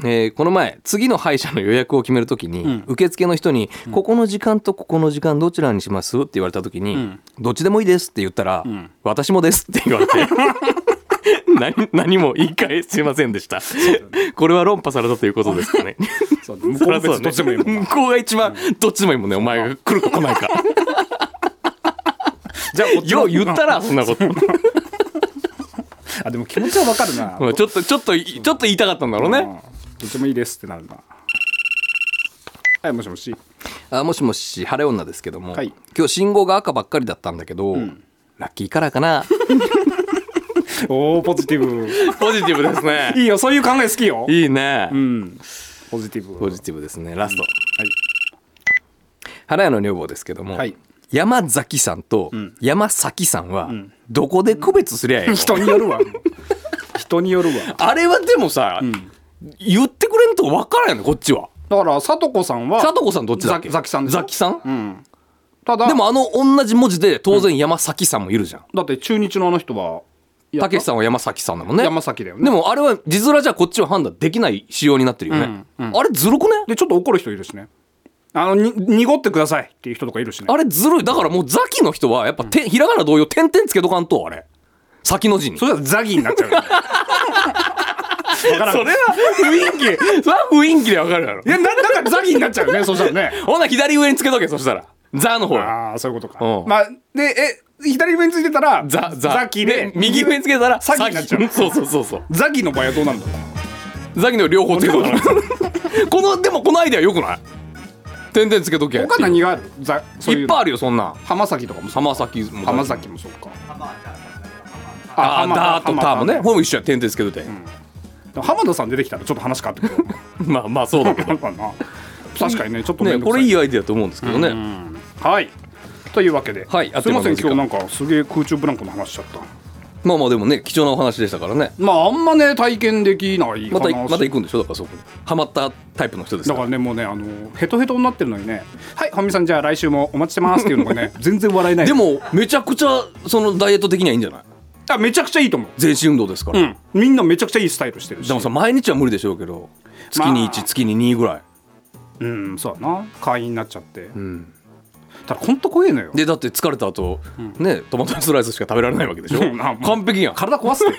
Speaker 4: えーこの前次の歯医者の予約を決めるときに、受付の人に、ここの時間とここの時間どちらにします?」って言われたときに、どっちでもいいです」って言ったら、私もです」って言われ て何何も言い返すいませんでした、これは論破されたということですかね
Speaker 3: そう向 こうは別にどっちでもいいもんな
Speaker 4: 向 こうが一番どっちでもいいもんねお前が来るか来ないか
Speaker 3: じゃあこっちの
Speaker 4: よう言ったらそんなこと
Speaker 3: あでも気持ちはわかる な
Speaker 4: まあちょっとちょっといちょっと言いたかったんだろうね、
Speaker 3: どっちもいいですってなるなはいもしもし
Speaker 4: あもしもし晴れ女ですけども、
Speaker 3: はい
Speaker 4: 今日信号が赤ばっかりだったんだけど、ラッキーカラーかな
Speaker 3: お おポジティ ブ
Speaker 4: ポジティブですね
Speaker 3: いいよそういう考え好きよ
Speaker 4: いいね、
Speaker 3: うんポジティブ
Speaker 4: ポジティブですねラスト、
Speaker 3: はい
Speaker 4: 原屋の女房ですけども、
Speaker 3: はい
Speaker 4: 山崎さんと山崎さんは、どこで区別すりゃいい の、
Speaker 3: 人によるわ人によるわ
Speaker 4: あれはでもさ、言ってくれんと分からんよねこっちは
Speaker 3: だからさとこさんは
Speaker 4: 佐藤子さんどっちだっけ
Speaker 3: ザザキさんでしょ
Speaker 4: ザキさん、
Speaker 3: ただ
Speaker 4: でもあの同じ文字で当然山崎さんもいるじゃん
Speaker 3: だって中日のあの人は
Speaker 4: たけしさんは山崎さんだもんね
Speaker 3: 山崎だよね
Speaker 4: でもあれは字面じゃこっちは判断できない仕様になってるよね、あれずるくね
Speaker 3: でちょっと怒る人いるしねあのに濁ってくださいっていう人とかいるしね
Speaker 4: あれずるいだからもうザキの人はやっぱて、ひらがな同様点々つけとかんとあれ先の字に
Speaker 3: それはザギになっちゃ うよねわからん
Speaker 4: それは雰囲気それは雰囲気でわかるだろ
Speaker 3: いやななんかザギになっちゃうよねそうしたらね
Speaker 4: ほな左上につけとけそしたらザの方や
Speaker 3: ああそういうことか
Speaker 4: うん
Speaker 3: まあでえ左上についてたら
Speaker 4: ザザ
Speaker 3: ザキで
Speaker 4: 右上につけたら
Speaker 3: サキになっちゃう
Speaker 4: サキそうそうそうそう
Speaker 3: ザギの場合はどうなんだろう
Speaker 4: ザキの両方つけとかなこのでもこのアイデアよくない点々つけとけ
Speaker 3: 他何がざそう
Speaker 4: い
Speaker 3: い
Speaker 4: っ
Speaker 3: う
Speaker 4: ぱい
Speaker 3: の
Speaker 4: あるよそんなん
Speaker 3: 浜崎とかもそう
Speaker 4: 浜崎も
Speaker 3: 浜崎もそうか
Speaker 4: あ
Speaker 3: 浜
Speaker 4: ダーと
Speaker 3: 浜
Speaker 4: ターもねほぼ一緒や点々つけとて
Speaker 3: 浜田さん出てきたらちょっと話変わってくる
Speaker 4: まあまあそう だけど
Speaker 3: なんかな確かにねちょっと面
Speaker 4: ね
Speaker 3: 倒く
Speaker 4: こ
Speaker 3: さ
Speaker 4: れいいアイデアだと思うんですけどね、
Speaker 3: はいというわけで、
Speaker 4: はいあっ
Speaker 3: す
Speaker 4: と
Speaker 3: い
Speaker 4: い
Speaker 3: うま
Speaker 4: 間
Speaker 3: せん今
Speaker 4: の時間
Speaker 3: 日なんかすげえ空中ブランコの話しちゃった
Speaker 4: まあまあでもね貴重なお話でしたからね
Speaker 3: まああんまね体験できない話
Speaker 4: またまた行くんでしょだからそこにハマったタイプの人です
Speaker 3: だ
Speaker 4: か
Speaker 3: かららねもうねあのヘトヘトになってるのにね「はい本見さんじゃあ来週もお待ちしてます」っていうのが ね全然笑えない
Speaker 4: でもめちゃくちゃそのダイエット的にはいいんじゃない
Speaker 3: あめちゃくちゃいいと思う
Speaker 4: 全身運動ですから、
Speaker 3: うんみんなめちゃくちゃいいスタイルしてるし
Speaker 4: でもさ毎日は無理でしょうけど月に1、
Speaker 3: まあ
Speaker 4: 月に2ぐらい
Speaker 3: うんそうだな会員になっちゃって、ただほんと怖えのよ
Speaker 4: でだって疲れた後、ねトマトスライスしか食べられないわけでしょ
Speaker 3: うんあもう
Speaker 4: 完璧やん
Speaker 3: 体壊す ね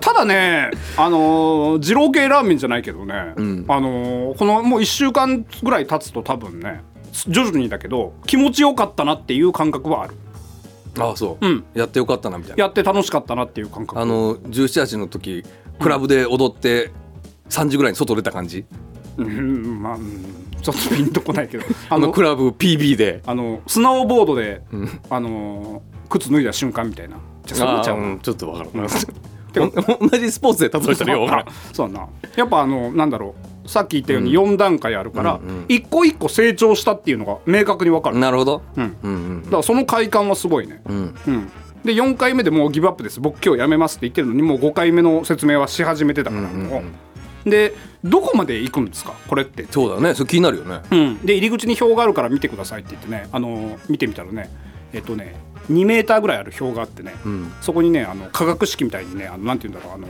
Speaker 3: ただねあのー二郎系ラーメンじゃないけどね、あのーこのもう1週間ぐらい経つと多分ね徐々にだけど気持ちよかったなっていう感覚はある
Speaker 4: ああそう、
Speaker 3: うん
Speaker 4: やってよかったなみたいな
Speaker 3: やって楽しかったなっていう感覚
Speaker 4: あの17歳の時クラブで踊って3時ぐらいに外出た感じ
Speaker 3: うんまあ、うんちょっとピンとこないけどあ
Speaker 4: あの
Speaker 3: の
Speaker 4: クラブ PB で
Speaker 3: あのスノーボードで、あのー靴脱いだ瞬間みたいなじゃあそ
Speaker 4: あ
Speaker 3: うちゃう
Speaker 4: ー
Speaker 3: な
Speaker 4: うんちょっとわからん
Speaker 3: てか
Speaker 4: ない同じスポーツで例えたらよ分からん
Speaker 3: そうだなやっぱあのなんだろうさっき言ったように4段階あるから、一個一個成長したっていうのが明確に分かる、
Speaker 4: なるほど、
Speaker 3: ん
Speaker 4: うんうん
Speaker 3: だからその快感はすごいね、
Speaker 4: ん
Speaker 3: うんで4回目でもうギブアップです僕今日やめますって言ってるのにもう5回目の説明はし始めてたから、もうでどこまで行くんですかこれって
Speaker 4: そうだねそれ気になるよね
Speaker 3: うん、で入り口に表があるから見てくださいって言ってね、あのー見てみたらねえっとね2メーターぐらいある表があってね、そこにねあの化学式みたいにねあのなんて言うんだろうあの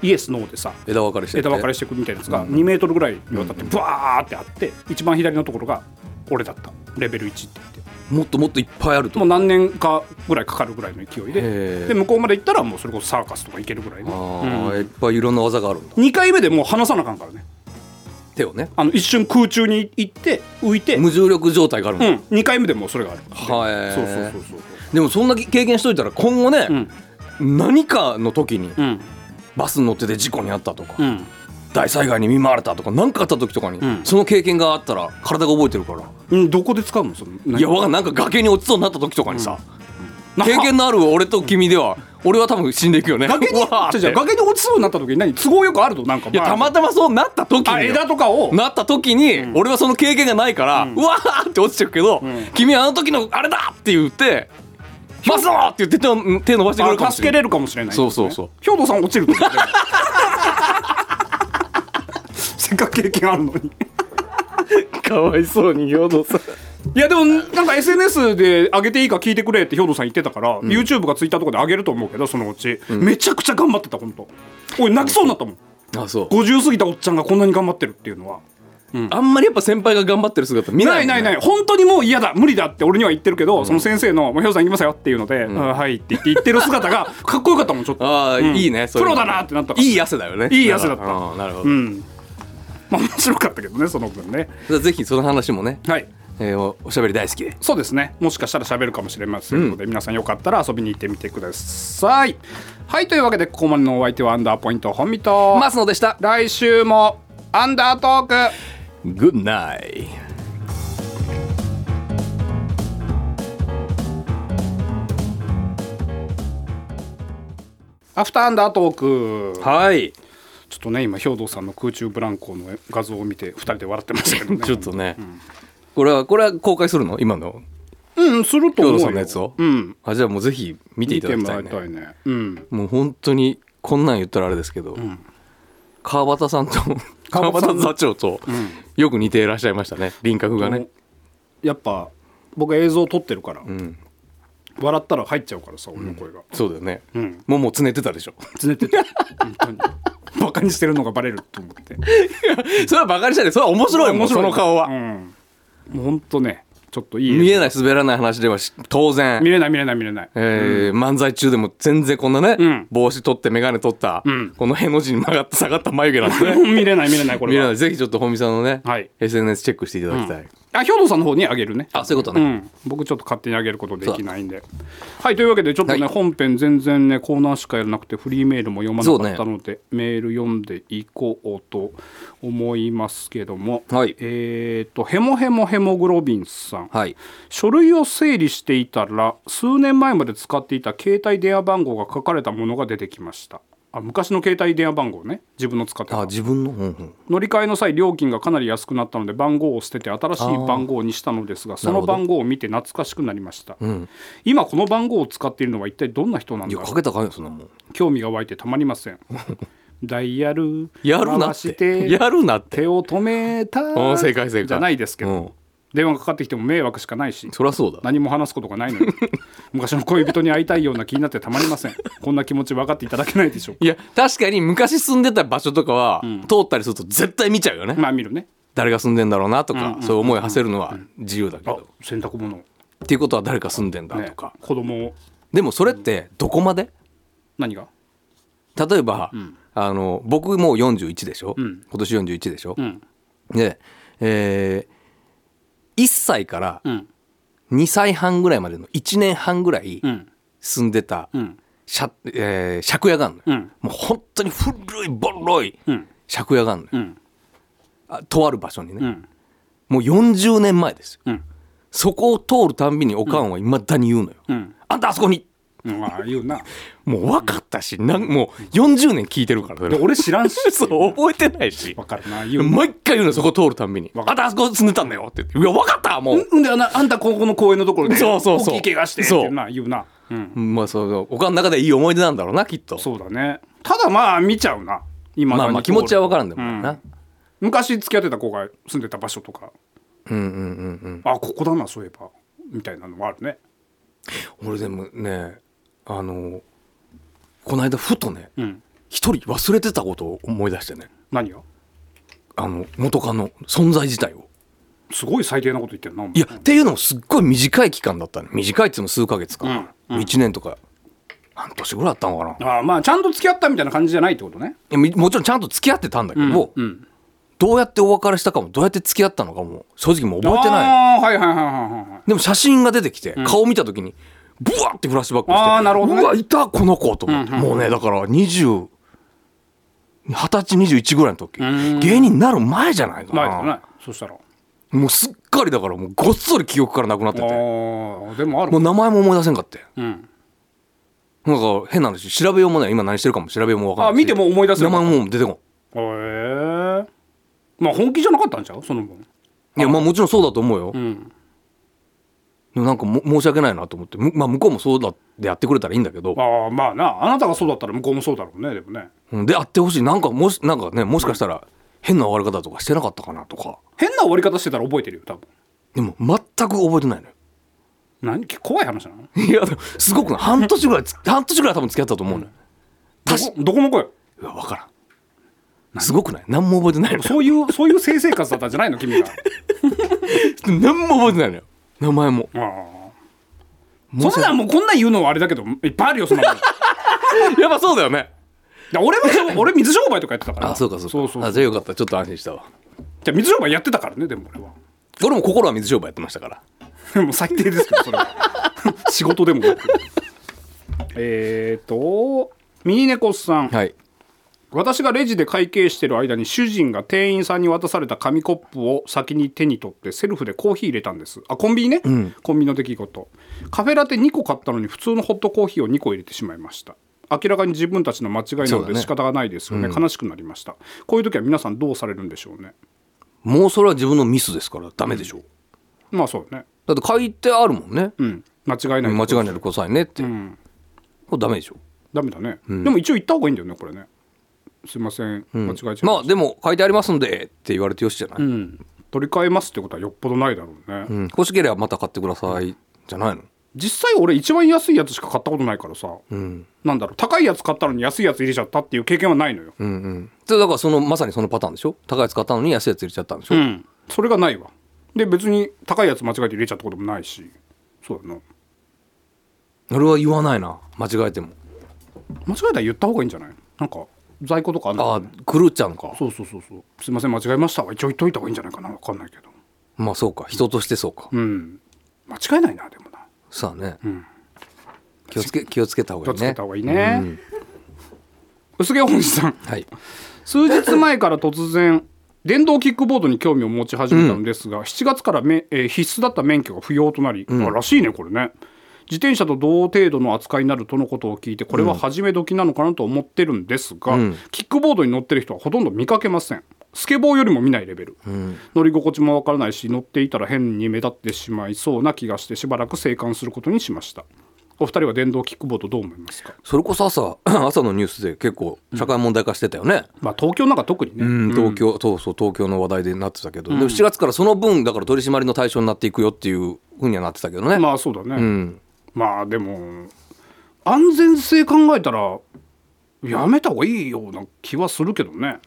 Speaker 3: イエスノーでさ
Speaker 4: 枝分かれして
Speaker 3: 枝分かれ
Speaker 4: し
Speaker 3: していくみたいなやつが2メートルぐらいにわたってバーってあって一番左のところが俺だったレベル1って言って
Speaker 4: もっともっといっぱいあると
Speaker 3: もう何年かぐらいかかるぐらいの勢い
Speaker 4: へー
Speaker 3: でで向こうまで行ったらもうそれこそサーカスとか行けるぐらい
Speaker 4: あ
Speaker 3: の、
Speaker 4: ー、いっぱいいろんな技があるんだ
Speaker 3: 2回目でもう離さなあかんからね
Speaker 4: 手をね
Speaker 3: あの一瞬空中に行って浮いて、うん、
Speaker 4: 無重力状態があるんだ、
Speaker 3: 2回目でもうそれがある
Speaker 4: はい
Speaker 3: そうそうそうそう
Speaker 4: でもそんな経験しといたら今後ね、何かの時に
Speaker 3: うん
Speaker 4: バスに乗ってて事故に遭ったとか、
Speaker 3: うん
Speaker 4: 大災害に見舞われたとか何かあった時とかに、
Speaker 3: ん
Speaker 4: その経験があったら体が覚えてるから、
Speaker 3: うん、どこで使うのその
Speaker 4: いやわかんないなんか崖に落ちそうになった時とかにさ、
Speaker 3: な
Speaker 4: 経験のある俺と君では俺は多分死んでいくよね
Speaker 3: 崖に
Speaker 4: うわーって
Speaker 3: じゃ崖に落ちそうになった時に何都合よくあるのなんか
Speaker 4: いやたまたまそうなった時
Speaker 3: あ
Speaker 4: によ
Speaker 3: 枝とかを
Speaker 4: なった時に、俺はその経験がないから、うわーって落ちてくけど、君はあの時のあれだって言って「マスオ!」って言って手を手伸ばしてくれる
Speaker 3: あ
Speaker 4: かもし
Speaker 3: 助け
Speaker 4: れない
Speaker 3: れるかもしれない、
Speaker 4: そうそうそう
Speaker 3: 兵頭さん落ちると思って せっかく経験あるのに
Speaker 4: かわいそうに兵頭さん
Speaker 3: いやでもなんか SNS で上げていいか聞いてくれって兵頭さん言ってたから、YouTube か Twitter とかで上げると思うけどそのうち、めちゃくちゃ頑張ってた本当俺泣きそうになったもん
Speaker 4: あそう
Speaker 3: 50過ぎたおっちゃんがこんなに頑張ってるっていうのは
Speaker 4: あんまりやっぱ先輩が頑張ってる姿見
Speaker 3: な
Speaker 4: ないい
Speaker 3: ないないい本当にもう嫌だ無理だって俺には言ってるけど、その先生の「もうひょうさん行きますよ」っていうので「あーはい」って言って言ってる姿がかっこよかったもんちょっと
Speaker 4: ああ、
Speaker 3: うん
Speaker 4: いいね
Speaker 3: プロだなってなったから
Speaker 4: いい汗だよね
Speaker 3: いい汗だった
Speaker 4: ああなるほ
Speaker 3: う
Speaker 4: ど、
Speaker 3: んまあ面白かったけどねその分ね
Speaker 4: じゃあぜひその話もね、
Speaker 3: はい
Speaker 4: えーおおしゃべり大好きで
Speaker 3: そうですねもしかしたら喋るかもしれませんので、皆さんよかったら遊びに行ってみてくださいはいというわけでここまでのお相手はアンダーポイント本見と、
Speaker 4: マスノでした
Speaker 3: 来週もアンダートーク
Speaker 4: グッナイ
Speaker 3: アフターアンダートーク
Speaker 4: はい
Speaker 3: ちょっとね今兵頭さんの空中ブランコの画像を見て2人で笑ってましたけどね
Speaker 4: ちょっとね、これはこれは公開するの今の
Speaker 3: うん、すると
Speaker 4: 兵
Speaker 3: 思うよ。
Speaker 4: 頭さんのやつを、
Speaker 3: うん。
Speaker 4: あじゃあもうぜひ見てい
Speaker 3: 見
Speaker 4: ただ
Speaker 3: て
Speaker 4: き
Speaker 3: も
Speaker 4: た
Speaker 3: ら
Speaker 4: い
Speaker 3: い
Speaker 4: ね
Speaker 3: たいね。うん。
Speaker 4: もう本当にこんなん言ったらあれですけど、川端さんと川
Speaker 3: 川端さ
Speaker 4: 端
Speaker 3: ん
Speaker 4: 座長とよく似ていらっしゃいましたね輪郭がね
Speaker 3: やっぱ、僕映像撮ってるから、笑ったら入っちゃうからさ、俺の声が。
Speaker 4: そうだよね、
Speaker 3: ん
Speaker 4: もうもうつねてたでしょ
Speaker 3: つねってて、本当に。バカにしてるのがバレると思って。
Speaker 4: それはバカにしたでそれは面白いもんその顔は、
Speaker 3: うん。もう本当ね、ちょっといい。
Speaker 4: 見えない滑らない話ではし当然
Speaker 3: 見れない見れない見れない。
Speaker 4: えー漫才中でも全然こんなね、
Speaker 3: ん
Speaker 4: 帽子取って眼鏡取った、このへの字に曲がった下がった眉毛なんてね
Speaker 3: 見れない見れないこ
Speaker 4: 見
Speaker 3: れ
Speaker 4: れな。
Speaker 3: はい
Speaker 4: ぜひちょっと本見さんのね、
Speaker 3: はい
Speaker 4: SNS チェックしていただきたい、
Speaker 3: あ兵頭さんの方にあげるね
Speaker 4: あそういうこと
Speaker 3: う
Speaker 4: ね、
Speaker 3: ん、僕ちょっと勝手にあげることできないんで。はいというわけでちょっとね、
Speaker 4: はい
Speaker 3: 本編全然ねコーナーしかやらなくてフリーメールも読まなかったので、メール読んでいこうと思いますけども、
Speaker 4: はい
Speaker 3: えっ、とヘモヘモヘモグロビンさん、
Speaker 4: はい
Speaker 3: 書類を整理していたら数年前まで使っていた携帯電話番号が書かれたものが出てきました。あ昔の携帯電話番号ね自分の使ってた
Speaker 4: あ自分の、うんうん、
Speaker 3: 乗り換えの際料金がかなり安くなったので番号を捨てて新しい番号にしたのですがその番号を見て懐かしくなりました、今この番号を使っているのは一体どんな人なん
Speaker 4: い
Speaker 3: だろ
Speaker 4: やか
Speaker 3: う
Speaker 4: けたらあかんよそんなもん
Speaker 3: 興味が湧いてたまりませ んダイヤル
Speaker 4: やるな
Speaker 3: 回
Speaker 4: っ
Speaker 3: してて
Speaker 4: やるなって
Speaker 3: 手を止めた
Speaker 4: うん正解正解
Speaker 3: じゃないですけど、
Speaker 4: うん
Speaker 3: 電話がかかってきても迷惑しかないし
Speaker 4: そりゃそうだ
Speaker 3: 何も話すことが ないのに昔の恋人に会いたいような気になってたまりませんこんな気持ち分かっていただけないでしょうか
Speaker 4: いや確かに昔住んでた場所とかは、通ったりすると絶対見ちゃうよね、
Speaker 3: まあ見るね
Speaker 4: 誰が住んでんだろうなとか、そういう思いを馳せるのは自由だけど、
Speaker 3: あ洗濯物、ね、
Speaker 4: っていうことは誰か住んでんだとか、
Speaker 3: 子供を
Speaker 4: でもそれってどこまで
Speaker 3: 何が
Speaker 4: 例えば、あの僕もう41でしょ、
Speaker 3: ん
Speaker 4: 今年41でしょ、
Speaker 3: ん
Speaker 4: で、え1歳から
Speaker 3: うん
Speaker 4: 2歳半ぐらいまでの1年半ぐらい
Speaker 3: うん
Speaker 4: 住んでた
Speaker 3: うん
Speaker 4: しゃ、えー借家があるのよ、
Speaker 3: うん
Speaker 4: もう本当に古いボロい
Speaker 3: うん
Speaker 4: 借家があるのよ、
Speaker 3: うん
Speaker 4: あとある場所にね、
Speaker 3: うん
Speaker 4: もう40年前ですよ
Speaker 3: うん
Speaker 4: そこを通るたんびにおかんはいまだに言うのよ、
Speaker 3: うん
Speaker 4: あんたあそこに
Speaker 3: うんああ言うな
Speaker 4: もう分かったしなんもう40年聞いてるからそ
Speaker 3: で
Speaker 4: れ
Speaker 3: 俺知らんし
Speaker 4: そう覚えてないし
Speaker 3: 分かるな言うな
Speaker 4: 毎回言うのよそこ通るたんびに「
Speaker 3: わか
Speaker 4: あんたあそこ住んでたんだよ」って言って「いや分かったもう、
Speaker 3: うんであなあんたここの公園のところで
Speaker 4: そうそうそう
Speaker 3: 大きい怪我してって
Speaker 4: そう
Speaker 3: いうな言うなうん
Speaker 4: まあそうおかんの中でいい思い出なんだろうなきっと
Speaker 3: そうだねただまあ見ちゃうな今
Speaker 4: まあまあ気持ちは分からんでも
Speaker 3: う
Speaker 4: ないな、
Speaker 3: 昔付き合ってた子が住んでた場所とかうんうんうんあここだなそういえばみたいなのもあるね
Speaker 4: 俺でもねあのこの間ふとね
Speaker 3: うん
Speaker 4: 一人忘れてたことを思い出してね
Speaker 3: 何が
Speaker 4: あの元カノ存在自体を
Speaker 3: すごい最低なこと言ってるなお前
Speaker 4: いやっていうのもすっごい短い期間だったの短いっつっても数ヶ月か、
Speaker 3: う
Speaker 4: 一1年とか半年ぐらいあったのかな
Speaker 3: ああまあちゃんと付き合ったみたいな感じじゃないってことね
Speaker 4: いやみもちろんちゃんと付き合ってたんだけど、
Speaker 3: ん
Speaker 4: どうやってお別れしたかもどうやって付き合ったのかも正直もう覚えてない
Speaker 3: ああはいはいはいはいはい
Speaker 4: でも写真が出てきて、顔見た時にブワーってフラッシュバックして
Speaker 3: あーなるほどね
Speaker 4: うわいたこの子と思って、もうねだから2020歳21ぐらいの時芸人になる前じゃないか
Speaker 3: ない
Speaker 4: な
Speaker 3: だねそしたらあ
Speaker 4: もうすっかりだからもうごっそり記憶からなくなって
Speaker 3: あ
Speaker 4: ても
Speaker 3: ーでもある
Speaker 4: う名前も思い出せんかって
Speaker 3: うん
Speaker 4: なんか変な話調べようもない今何してるかも調べようもわかんない
Speaker 3: あ見ても思い出せ
Speaker 4: 名
Speaker 3: る
Speaker 4: 前も出てこ
Speaker 3: へえまあ本気じゃなかったんちゃうその分
Speaker 4: んいやまあもちろんそうだと思うよ、
Speaker 3: ん
Speaker 4: でもなんかも申し訳ないなと思って、むまあ、向こうもそうだってやってくれたらいいんだけど、
Speaker 3: ああまあなあなたがそうだったら向こうもそうだろうねでもね
Speaker 4: うんであってほしいなんかもしなんかねもしかしたら変な終わり方とかしてなかったかなとか
Speaker 3: 変な終わり方してたら覚えてるよ多分
Speaker 4: でも全く覚えてないのよ
Speaker 3: 何怖い話なの
Speaker 4: いやでもすごくない半年ぐらいつ半年ぐらい多分付き合ったと思うのよ、
Speaker 3: どこどこの声
Speaker 4: うわ分からんすごくない何も覚えてないのよ
Speaker 3: そういうそういう性生活だったんじゃないの君 が
Speaker 4: 何も覚えてないのよ名前も
Speaker 3: あ
Speaker 4: 申
Speaker 3: あ
Speaker 4: し
Speaker 3: そん
Speaker 4: 訳
Speaker 3: なんもうこんなん言うのはあれだけどいっぱいあるよそんなの
Speaker 4: やっぱそうだよね
Speaker 3: いや俺はそう俺水商売とかやってたから
Speaker 4: あそうかそうか
Speaker 3: そうそう
Speaker 4: あじゃあよかったちょっと安心したわ
Speaker 3: じゃあ水商売やってたからねでも俺は
Speaker 4: 俺も心は水商売やってましたから
Speaker 3: もう最低ですけどそれは 仕事でもなくえーとミニネコスさん、
Speaker 4: はい
Speaker 3: 私がレジで会計してる間に主人が店員さんに渡された紙コップを先に手に取ってセルフでコーヒー入れたんですあコンビニね、コンビニの出来事カフェラテ2個買ったのに普通のホットコーヒーを2個入れてしまいました明らかに自分たちの間違いな
Speaker 4: そう
Speaker 3: の
Speaker 4: だ
Speaker 3: で
Speaker 4: ね
Speaker 3: 仕方がないですよね悲しくなりましたこういう時は皆さんどうされるんでしょうね
Speaker 4: もうそれは自分のミスですからダメでしょ、
Speaker 3: まあそうだね
Speaker 4: だって書いてあるもんね、
Speaker 3: うん間違いない
Speaker 4: 間違いないでくださいねって、これダメでしょ
Speaker 3: ダメだね、でも一応言った方がいいんだよねこれねすいません間違えちゃいました、
Speaker 4: まあでも書いてありますんでって言われてよしじゃない、う
Speaker 3: うんん、取り替えますってことはよっぽどないだろうね、
Speaker 4: 欲しければまた買ってくださいじゃないの
Speaker 3: 実際俺一番安いやつしか買ったことないからさ、
Speaker 4: ん
Speaker 3: なんだろう高いやつ買ったのに安いやつ入れちゃったっていう経験はないのよ、
Speaker 4: うんうんそれだからそのまさにそのパターンでしょ高いやつ買ったのに安いやつ入れちゃったんでしょ、
Speaker 3: うんそれがないわで別に高いやつ間違えて入れちゃったこともないしそうだな
Speaker 4: 俺は言わないな間違えても
Speaker 3: 間違えたら言った方がいいんじゃないなんか在庫とかあんの
Speaker 4: ああ狂っちゃうのか
Speaker 3: そうそうそうそうすいません間違えましたは一応言っといた方がいいんじゃないかな分かんないけど
Speaker 4: まあそうか人としてそうか、
Speaker 3: うん間違いないなでもな
Speaker 4: そうだね、気をつけ気をつけた方
Speaker 3: 気をつ
Speaker 4: がいい
Speaker 3: け
Speaker 4: ね
Speaker 3: た方がいいね、薄毛本さん
Speaker 4: はい
Speaker 3: 数日前から突然電動キックボードに興味を持ち始めたのですが、7月からめ、えー必須だった免許が不要となり、あらしいねこれね自転車と同程度の扱いになるとのことを聞いてこれは始め時なのかなと思ってるんですが、キックボードに乗ってる人はほとんど見かけませんスケボーよりも見ないレベル、乗り心地もわからないし乗っていたら変に目立ってしまいそうな気がしてしばらく静観することにしましたお二人は電動キックボードどう思いますか、
Speaker 4: それこそ朝 朝のニュースで結構社会問題化してたよね、
Speaker 3: まあ、東京なんか特にね、
Speaker 4: うん東京、そうそう東京の話題でなってたけど、でも7月からその分だから取り締まりの対象になっていくよっていうふうにはなってたけどね、
Speaker 3: まあそうだね、
Speaker 4: うん、
Speaker 3: まあでも安全性考えたらやめた方がいいような気はするけどね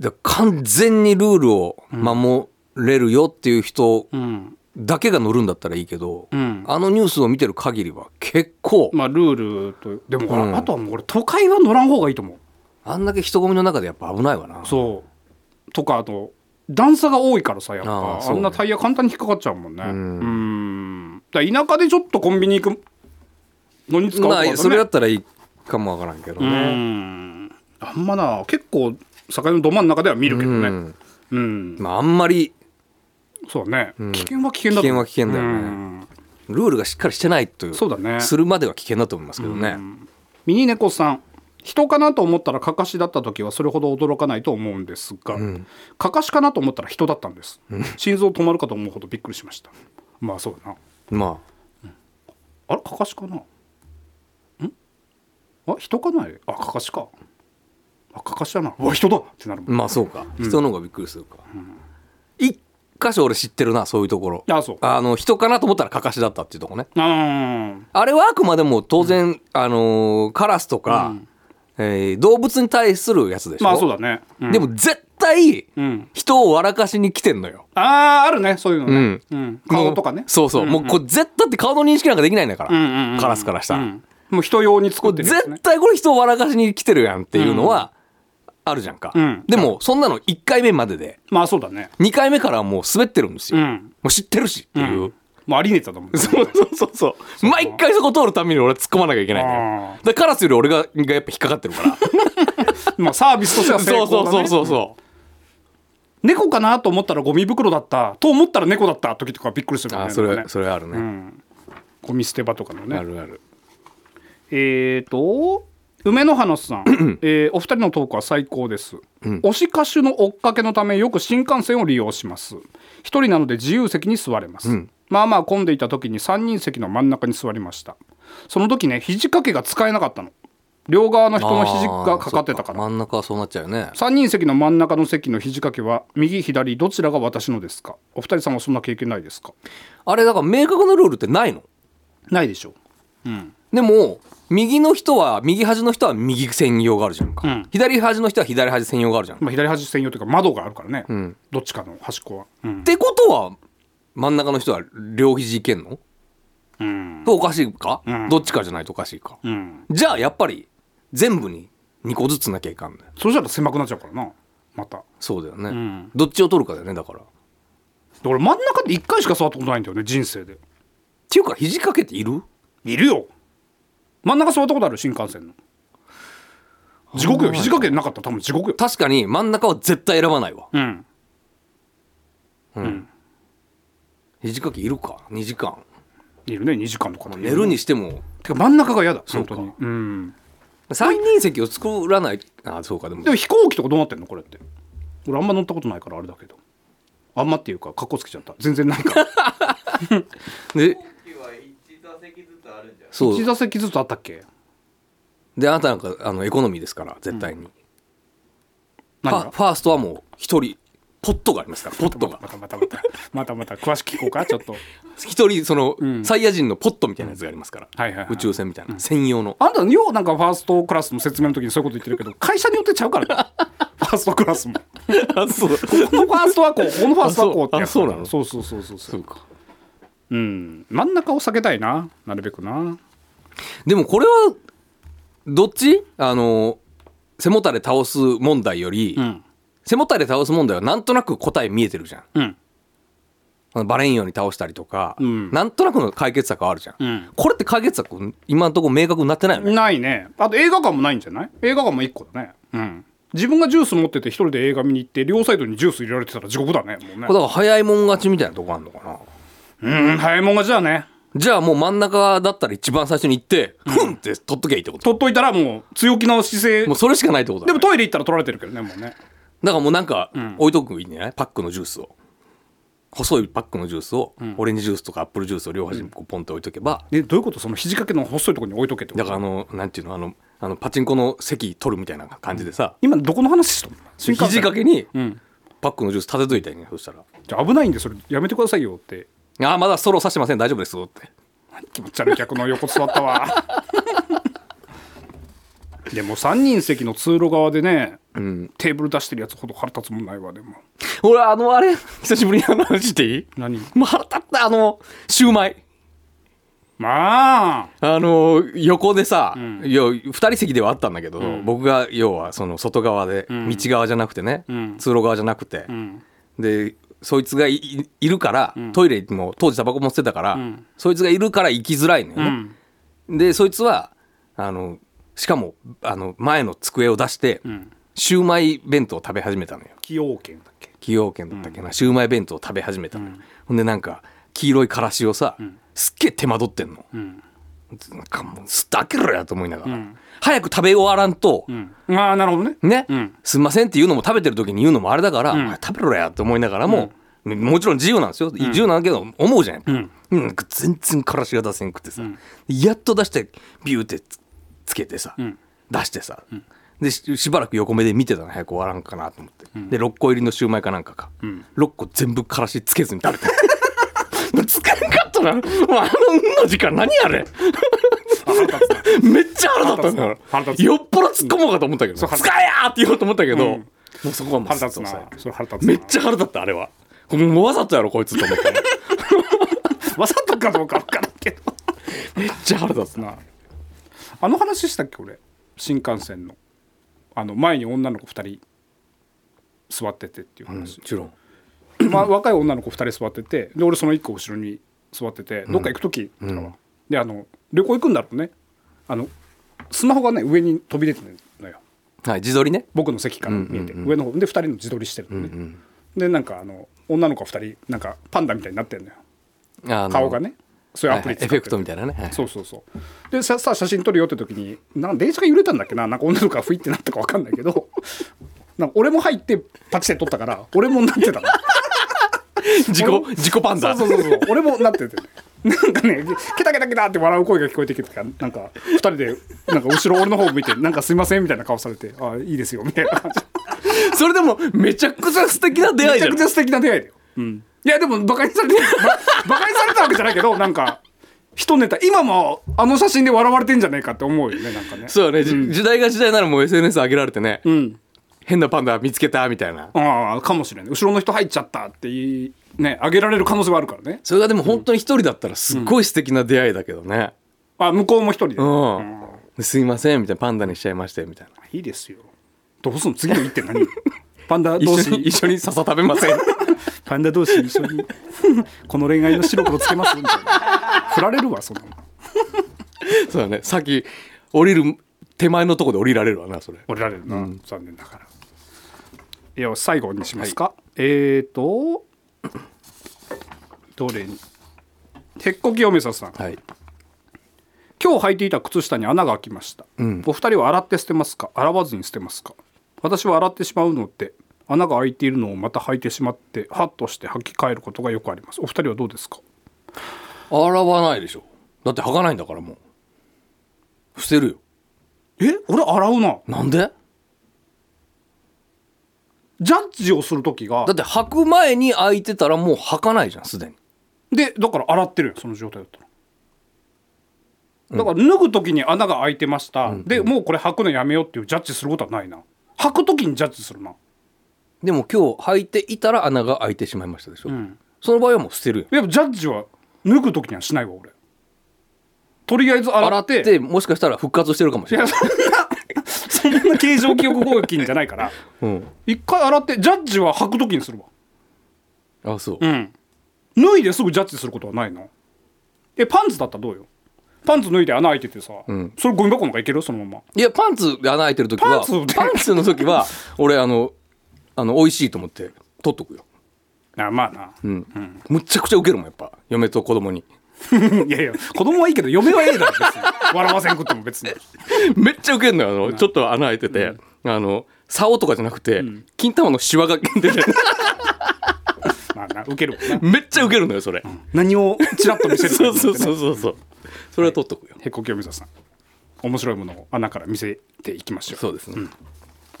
Speaker 4: だから完全にルールを守れるよっていう人
Speaker 3: うん
Speaker 4: だけが乗るんだったらいいけど、
Speaker 3: うん
Speaker 4: あのニュースを見てる限りは結構、
Speaker 3: まあルールとでもほら、
Speaker 4: うん
Speaker 3: あとはもう俺都会は乗らん方がいいと思う
Speaker 4: あんだけ人混みの中でやっぱ危ないわな
Speaker 3: そうとかあと段差が多いからさやっぱ
Speaker 4: あ
Speaker 3: あ,、
Speaker 4: あそうね
Speaker 3: んなタイヤ簡単に引っかかっちゃうもんねうんんだから田舎でちょっとコンビニ行くのに使うと
Speaker 4: ま
Speaker 3: か、ね
Speaker 4: あそれだったらいいかもわからんけど
Speaker 3: う
Speaker 4: ね、
Speaker 3: んあんまな結構境のど真ん中では見るけどね
Speaker 4: うん
Speaker 3: うん
Speaker 4: まあ、あんまり
Speaker 3: そうだね、
Speaker 4: ん
Speaker 3: 危険は危険だと思う
Speaker 4: 危険は危険だよね
Speaker 3: ん
Speaker 4: ルールがしっかりしてないという
Speaker 3: そうだね
Speaker 4: するまでは危険だと思いますけどね、
Speaker 3: ミニ猫さん人かなと思ったらかかしだった時はそれほど驚かないと思うんですが、かかしかなと思ったら人だったんです、心臓止まるかと思うほどびっくりしましたまあそうだな
Speaker 4: まあ
Speaker 3: あれかかしかなんあ人かなあかかしかあかかしだなうわ人だってなるもん
Speaker 4: まあそうか人の方がびっくりするか、一箇所俺知ってるなそういうところ
Speaker 3: あそう
Speaker 4: あの人かなと思ったらかかしだったっていうとこね
Speaker 3: あー
Speaker 4: あれはあくまでも当然、あのーカラスとか、えー動物に対するやつでしょ、
Speaker 3: まあそうだね、うん
Speaker 4: でも絶対
Speaker 3: ん
Speaker 4: 人を笑かしに来てんのよ、
Speaker 3: あーあるねそういうのね、
Speaker 4: うん
Speaker 3: うん顔とかね
Speaker 4: もうそうそう、もうこれ絶対って顔の認識なんかできないんだか
Speaker 3: うん
Speaker 4: ら、
Speaker 3: うんうん
Speaker 4: カラスからしたら、
Speaker 3: うんもう人用に作
Speaker 4: こ
Speaker 3: って
Speaker 4: れ
Speaker 3: るやつね
Speaker 4: 絶対これ人を笑かしに来てるやんっていうのはあるじゃんか、
Speaker 3: うん
Speaker 4: でもそんなの1回目までで
Speaker 3: まあそうだね
Speaker 4: 2回目からはもう滑ってるんですよ、
Speaker 3: う
Speaker 4: も
Speaker 3: ん
Speaker 4: う知ってるしっていう、
Speaker 3: まあありねただもんね
Speaker 4: そうそうそうそう毎回そこ通るために俺は突っ込まなきゃいけないんだよ
Speaker 3: あ
Speaker 4: だからカラスより俺ががやっぱ引っかかってるから
Speaker 3: まあサービスとしては成
Speaker 4: そう
Speaker 3: 功だ、
Speaker 4: そ
Speaker 3: ね、
Speaker 4: うそうそうそ
Speaker 3: 猫かなと思ったらゴミ袋だったと思ったら猫だった時とかびっくりする
Speaker 4: う
Speaker 3: よね
Speaker 4: あそ
Speaker 3: なんか
Speaker 4: れ
Speaker 3: ね
Speaker 4: それあるね、
Speaker 3: うん、ゴミ捨て場とかの
Speaker 4: あ
Speaker 3: ね
Speaker 4: るある
Speaker 3: えーと梅の花さ ん、えーお二人のトークは最高です、推し歌手の追っかけのためよく新幹線を利用します一人なので自由席に座れます、まあまあ混んでいた時に三人席の真ん中に座りましたその時ね肘掛けが使えなかったの両側の人の肘がかかってた
Speaker 4: あー
Speaker 3: か
Speaker 4: そ
Speaker 3: ら
Speaker 4: 真ん中はそうなっちゃうよね
Speaker 3: 3人席の真ん中の席の肘掛けは右左どちらが私のですかお二人さんはそんな経験ないですか
Speaker 4: あれだから明確なルールってないの
Speaker 3: ないでしょ
Speaker 4: でも右の人は右端の人は右専用があるじゃんか、
Speaker 3: うん
Speaker 4: 左端の人は左端専用があるじゃんか、
Speaker 3: まあ、左端専用というか窓があるからね、
Speaker 4: ん
Speaker 3: どっちかの端っこは、うん
Speaker 4: ってことは真ん中の人は両肘いけんの
Speaker 3: うん
Speaker 4: とおかしいか、
Speaker 3: ん
Speaker 4: どっちかじゃないとおかしいか、
Speaker 3: うん、
Speaker 4: じゃあやっぱり全部に2個ずつなきゃいかんね
Speaker 3: そしたら狭くなっちゃうからなまた
Speaker 4: そうだよね、
Speaker 3: ん
Speaker 4: どっちを取るかだよねだからっ
Speaker 3: で俺真ん中で1回しか座ったことないんだよね人生で
Speaker 4: ていうか肘掛けっている
Speaker 3: いるよ真ん中座ったことある新幹線の地獄よ肘掛けなかったら多分地獄よ
Speaker 4: 確かに真ん中は絶対選ばないわ
Speaker 3: うん
Speaker 4: 肘掛けいるか2時間
Speaker 3: いるね2時間とかで
Speaker 4: 寝るにしても
Speaker 3: てか真ん中が嫌だ
Speaker 4: そう
Speaker 3: 本
Speaker 4: か
Speaker 3: 当にうん
Speaker 4: 3人席を作らないあそうかでも
Speaker 3: でも飛行機とかどうなってんのこれって俺あんま乗ったことないからあれだけどあんまっていうかかっこつけちゃった全然ない から
Speaker 4: で
Speaker 1: 球は1座席ずつあるんじゃない
Speaker 4: そ
Speaker 3: 1
Speaker 4: う
Speaker 3: 座席ずつあったっけ
Speaker 4: であなたなんかあのエコノミーですから絶対に、フ
Speaker 3: 何
Speaker 4: ァ
Speaker 3: が
Speaker 4: ファーストはもう一人ポットがありますからポットが
Speaker 3: またまたまたまたまた詳しく聞こうかちょっと
Speaker 4: 一人その、サイヤ人のポットみたいなやつがありますから、
Speaker 3: はいはいはい
Speaker 4: 宇宙船みたいな、専用の
Speaker 3: あんたようなんかファーストクラスの説明の時にそういうこと言ってるけど会社によってちゃうから ねファーストクラスもこ
Speaker 4: あそう
Speaker 3: このファーストはこうここのファーストはこうってやつ
Speaker 4: あそうあそうなの
Speaker 3: そうそうそうそうそ
Speaker 4: そううか
Speaker 3: うん真ん中を避けたいななるべくな
Speaker 4: でもこれはどっちあの背もたれ倒す問題より、
Speaker 3: うん
Speaker 4: 背もたれ倒す問題はなんとなく答え見えてるじゃん
Speaker 3: うん
Speaker 4: バレんように倒したりとか、
Speaker 3: ん
Speaker 4: なんとなくの解決策はあるじゃん、
Speaker 3: うん
Speaker 4: これって解決策今のところ明確になってないよね
Speaker 3: ないねあと映画館もないんじゃない映画館も一個だねうん自分がジュース持ってて一人で映画見に行って両サイドにジュース入れられてたら地獄だねもうね
Speaker 4: だから早いもん勝ちみたいなとこあんのかな
Speaker 3: うん早いもん勝ちだね
Speaker 4: じゃあもう真ん中だったら一番最初に行ってふんって取っとけばいいってこと
Speaker 3: 取っといたらもう強気な姿勢
Speaker 4: もうそれしかないってことだ、
Speaker 3: で
Speaker 4: ね、
Speaker 3: もトイレ行ったら取られてるけどねもうね
Speaker 4: だからもうなんか置いとくんじゃないパックのジュースを細いパックのジュースを、オレンジジュースとかアップルジュースを両端にこうポンって置いとけば、
Speaker 3: でどういうことその肘掛けの細いところに置いとけってこと
Speaker 4: だからあのなんていうのあのあのパチンコの席取るみたいな感じでさ、
Speaker 3: 今どこの話してたの新
Speaker 4: 肘
Speaker 3: 幹線
Speaker 4: 掛けに
Speaker 3: うん
Speaker 4: パックのジュース立てといたらいいねそしたら「
Speaker 3: じゃあ危ないんでそれやめてくださいよって
Speaker 4: ああまだストローさしてません大丈夫です」って
Speaker 3: 気持ち悪い客の横座った わでも3人席の通路側でね、テーブル出してるやつほど腹立つもんないわでも
Speaker 4: 俺あのあれ久しぶりにあの話していい
Speaker 3: 何
Speaker 4: もう腹立ったあのシューマイ
Speaker 3: まあ
Speaker 4: あの横でさ、いや2人席ではあったんだけど、僕が要はその外側で、道側じゃなくてね、
Speaker 3: ん
Speaker 4: 通路側じゃなくて、
Speaker 3: ん
Speaker 4: でそいつがいいいるから、トイレも当時タバコ持ってたから、
Speaker 3: ん
Speaker 4: そいつがいるから行きづらいのよ
Speaker 3: う
Speaker 4: ね、
Speaker 3: ん
Speaker 4: でそいつはあのしかもあの前の机を出して、シューマイ弁当を食べ始めたのよ
Speaker 3: 崎陽軒だっけ
Speaker 4: 崎陽軒だったっけな、シューマイ弁当を食べ始めたのよ、ほんでなんか黄色いからしをさ、すっげえ手間取ってんの、
Speaker 3: ん
Speaker 4: なんかもうすっと開けろやと思いながら、早く食べ終わらんと、
Speaker 3: うんああなるほどね
Speaker 4: ね、
Speaker 3: ん
Speaker 4: すんませんって言うのも食べてる時に言うのもあれだから、お前食べろやと思いながらも、もちろん自由なんですよ、自由なんだけど思うじゃん、
Speaker 3: ん
Speaker 4: うん、全然からしが出せんくてさ、やっと出してビューってつつけてさ、
Speaker 3: ん
Speaker 4: 出してさ、でししばらく横目で見てたの早く終わらんかなと思って、で6個入りのシューマイかなんかか、6個全部からしつけずに食べ たもうつかんかったなもうあの運の時間何あれめっちゃ腹立ったんだから
Speaker 3: 腹立つ
Speaker 4: よっぽど突っ込もうかと思ったけど「
Speaker 3: そう腹
Speaker 4: 使
Speaker 3: 立つ
Speaker 4: えや!」って言おうと思ったけど、
Speaker 3: うん
Speaker 4: もうそこはもう
Speaker 3: 腹立つな
Speaker 4: そうそう
Speaker 3: それ腹立つな
Speaker 4: めっちゃ腹立ったあれはこれもうわざとやろこいつ と思って
Speaker 3: わざとかどうか分からんけど
Speaker 4: めっちゃ腹立つな
Speaker 3: な あの話したっけ俺新幹線のあの前に女の子2人座っててっていう
Speaker 4: も
Speaker 3: 話、
Speaker 4: ちろん
Speaker 3: まあ、若い女の子2人座っててで俺その1個後ろに座っててどっか行く時とかは、であの旅行行くんだろうねあのスマホがね上に飛び出てるのよ
Speaker 4: はい自撮りね
Speaker 3: 僕の席から見えて、上の方で2人の自撮りしてるのね、でなんかあの女の子2人なんかパンダみたいになってるのよ
Speaker 4: あの
Speaker 3: 顔がねそういう
Speaker 4: はい
Speaker 3: アプリ
Speaker 4: はい
Speaker 3: 使
Speaker 4: エ
Speaker 3: って
Speaker 4: フェクトみたいなね、はい
Speaker 3: そうそうそうでささあ写真撮るよって時になん電車が揺れたんだっけななんか女の子がふいってなったか分かんないけど なんか俺も入ってパチって撮ったから俺もなって たの
Speaker 4: 自己自己パンダ
Speaker 3: そうそうそうそう 俺もなってて、なんかねケタケタケタって笑う声が聞こえてきてからなんか2人でなんか後ろ俺の方向いて「なんかすいません」みたいな顔されて「あいいですよ」みたいな感じ
Speaker 4: それでもめちゃくちゃ素敵な出会
Speaker 3: めち
Speaker 4: いじ
Speaker 3: ゃ
Speaker 4: ゃ
Speaker 3: く
Speaker 4: ん
Speaker 3: ちゃ素敵な出会いだよ、いやでもバカにされて バカにされたわけじゃないけどなんか一ネタ今もあの写真で笑われてんじゃないかって思うよねなんかね
Speaker 4: そうね、じ時代が時代ならもう SNS 上げられてね、
Speaker 3: ん
Speaker 4: 変なパンダ見つけたみたいな
Speaker 3: ああかもしれない後ろの人入っちゃったって言いねあげられる可能性はあるからね
Speaker 4: それがでも本当に一人だったらすっごい素敵な出会いだけどね、
Speaker 3: あ向こうも一人で、
Speaker 4: うんすいませんみたいなパンダにしちゃいましてみたいない
Speaker 3: いですよどうすんの次の一手何 パンダ同
Speaker 4: 一
Speaker 3: 士
Speaker 4: 緒に一緒に笹食べま せん
Speaker 3: パンダ同士一緒 にこの恋愛の白黒つけますみたいな振られるわそんなの
Speaker 4: そうだねさっき降りる手前のとこで降りられるわなそれ
Speaker 3: 折られるな、残念ながらいや最後にしますか、えーとどれに鉄こ清めささん
Speaker 4: はい
Speaker 3: 今日履いていた靴下に穴が開きました、お二人は洗って捨てますか洗わずに捨てますか私は洗ってしまうので穴が開いているのをまた履いてしまってハッとして履き替えることがよくありますお二人はどうですか
Speaker 4: 洗わないでしょだって履かないんだからもう伏せるよ
Speaker 3: え俺洗うな
Speaker 4: なんでだ
Speaker 3: ジャッジをする時が
Speaker 4: って履く前に履いてたらもう履かないじゃんすでに
Speaker 3: でだから洗ってるよその状態だったらだから脱ぐ時に穴が開いてました、でもうこれ履くのやめようっていうジャッジすることはないな履く時にジャッジするな
Speaker 4: でも今日履いていたら穴が開いてしまいましたでしょ、その場合はもう捨てるよ
Speaker 3: やっぱジャッジは脱ぐ時にはしないわ俺とりあえず洗
Speaker 4: 洗
Speaker 3: っ
Speaker 4: っててもしかしたら復活してるかもし
Speaker 3: い
Speaker 4: れな
Speaker 3: や
Speaker 4: い、
Speaker 3: そんなそんな形状記憶攻撃じゃない から
Speaker 4: うん、
Speaker 3: 一回洗ってジャッジは履く時にするわ
Speaker 4: あそう、
Speaker 3: うん脱いですぐジャッジすることはないのえパンツだったらどうよパンツ脱いで穴開いててさ、それゴミ箱の中いけるそのまま
Speaker 4: いやパンツ穴開いてる時
Speaker 3: パ
Speaker 4: は
Speaker 3: ンツ
Speaker 4: パンツの時は俺あのあの美味しいと思って取っとくよ、
Speaker 3: あまあな、
Speaker 4: うんむっちゃくちゃウケるもんやっぱ嫁と子供に
Speaker 3: いやいや子供はいいけど嫁はええだろ別に笑わせんくっても別に
Speaker 4: めっちゃウケるのよあのちょっと穴開いてて、あの竿とかじゃなくて、金玉のシワが出て る
Speaker 3: まあなウケるもんな
Speaker 4: めっちゃウケるのよそれ、
Speaker 3: 何をちらっと見せるか
Speaker 4: そう
Speaker 3: によって
Speaker 4: そ
Speaker 3: ね
Speaker 4: うそうそうそうそれは取っとくよ、
Speaker 3: へこきを目指さん面白いものを穴から見せていきましょう
Speaker 4: そうですね、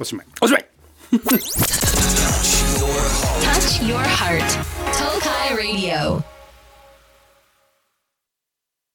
Speaker 3: おしまいおしまい
Speaker 2: Touch your heart. Tokai Radio.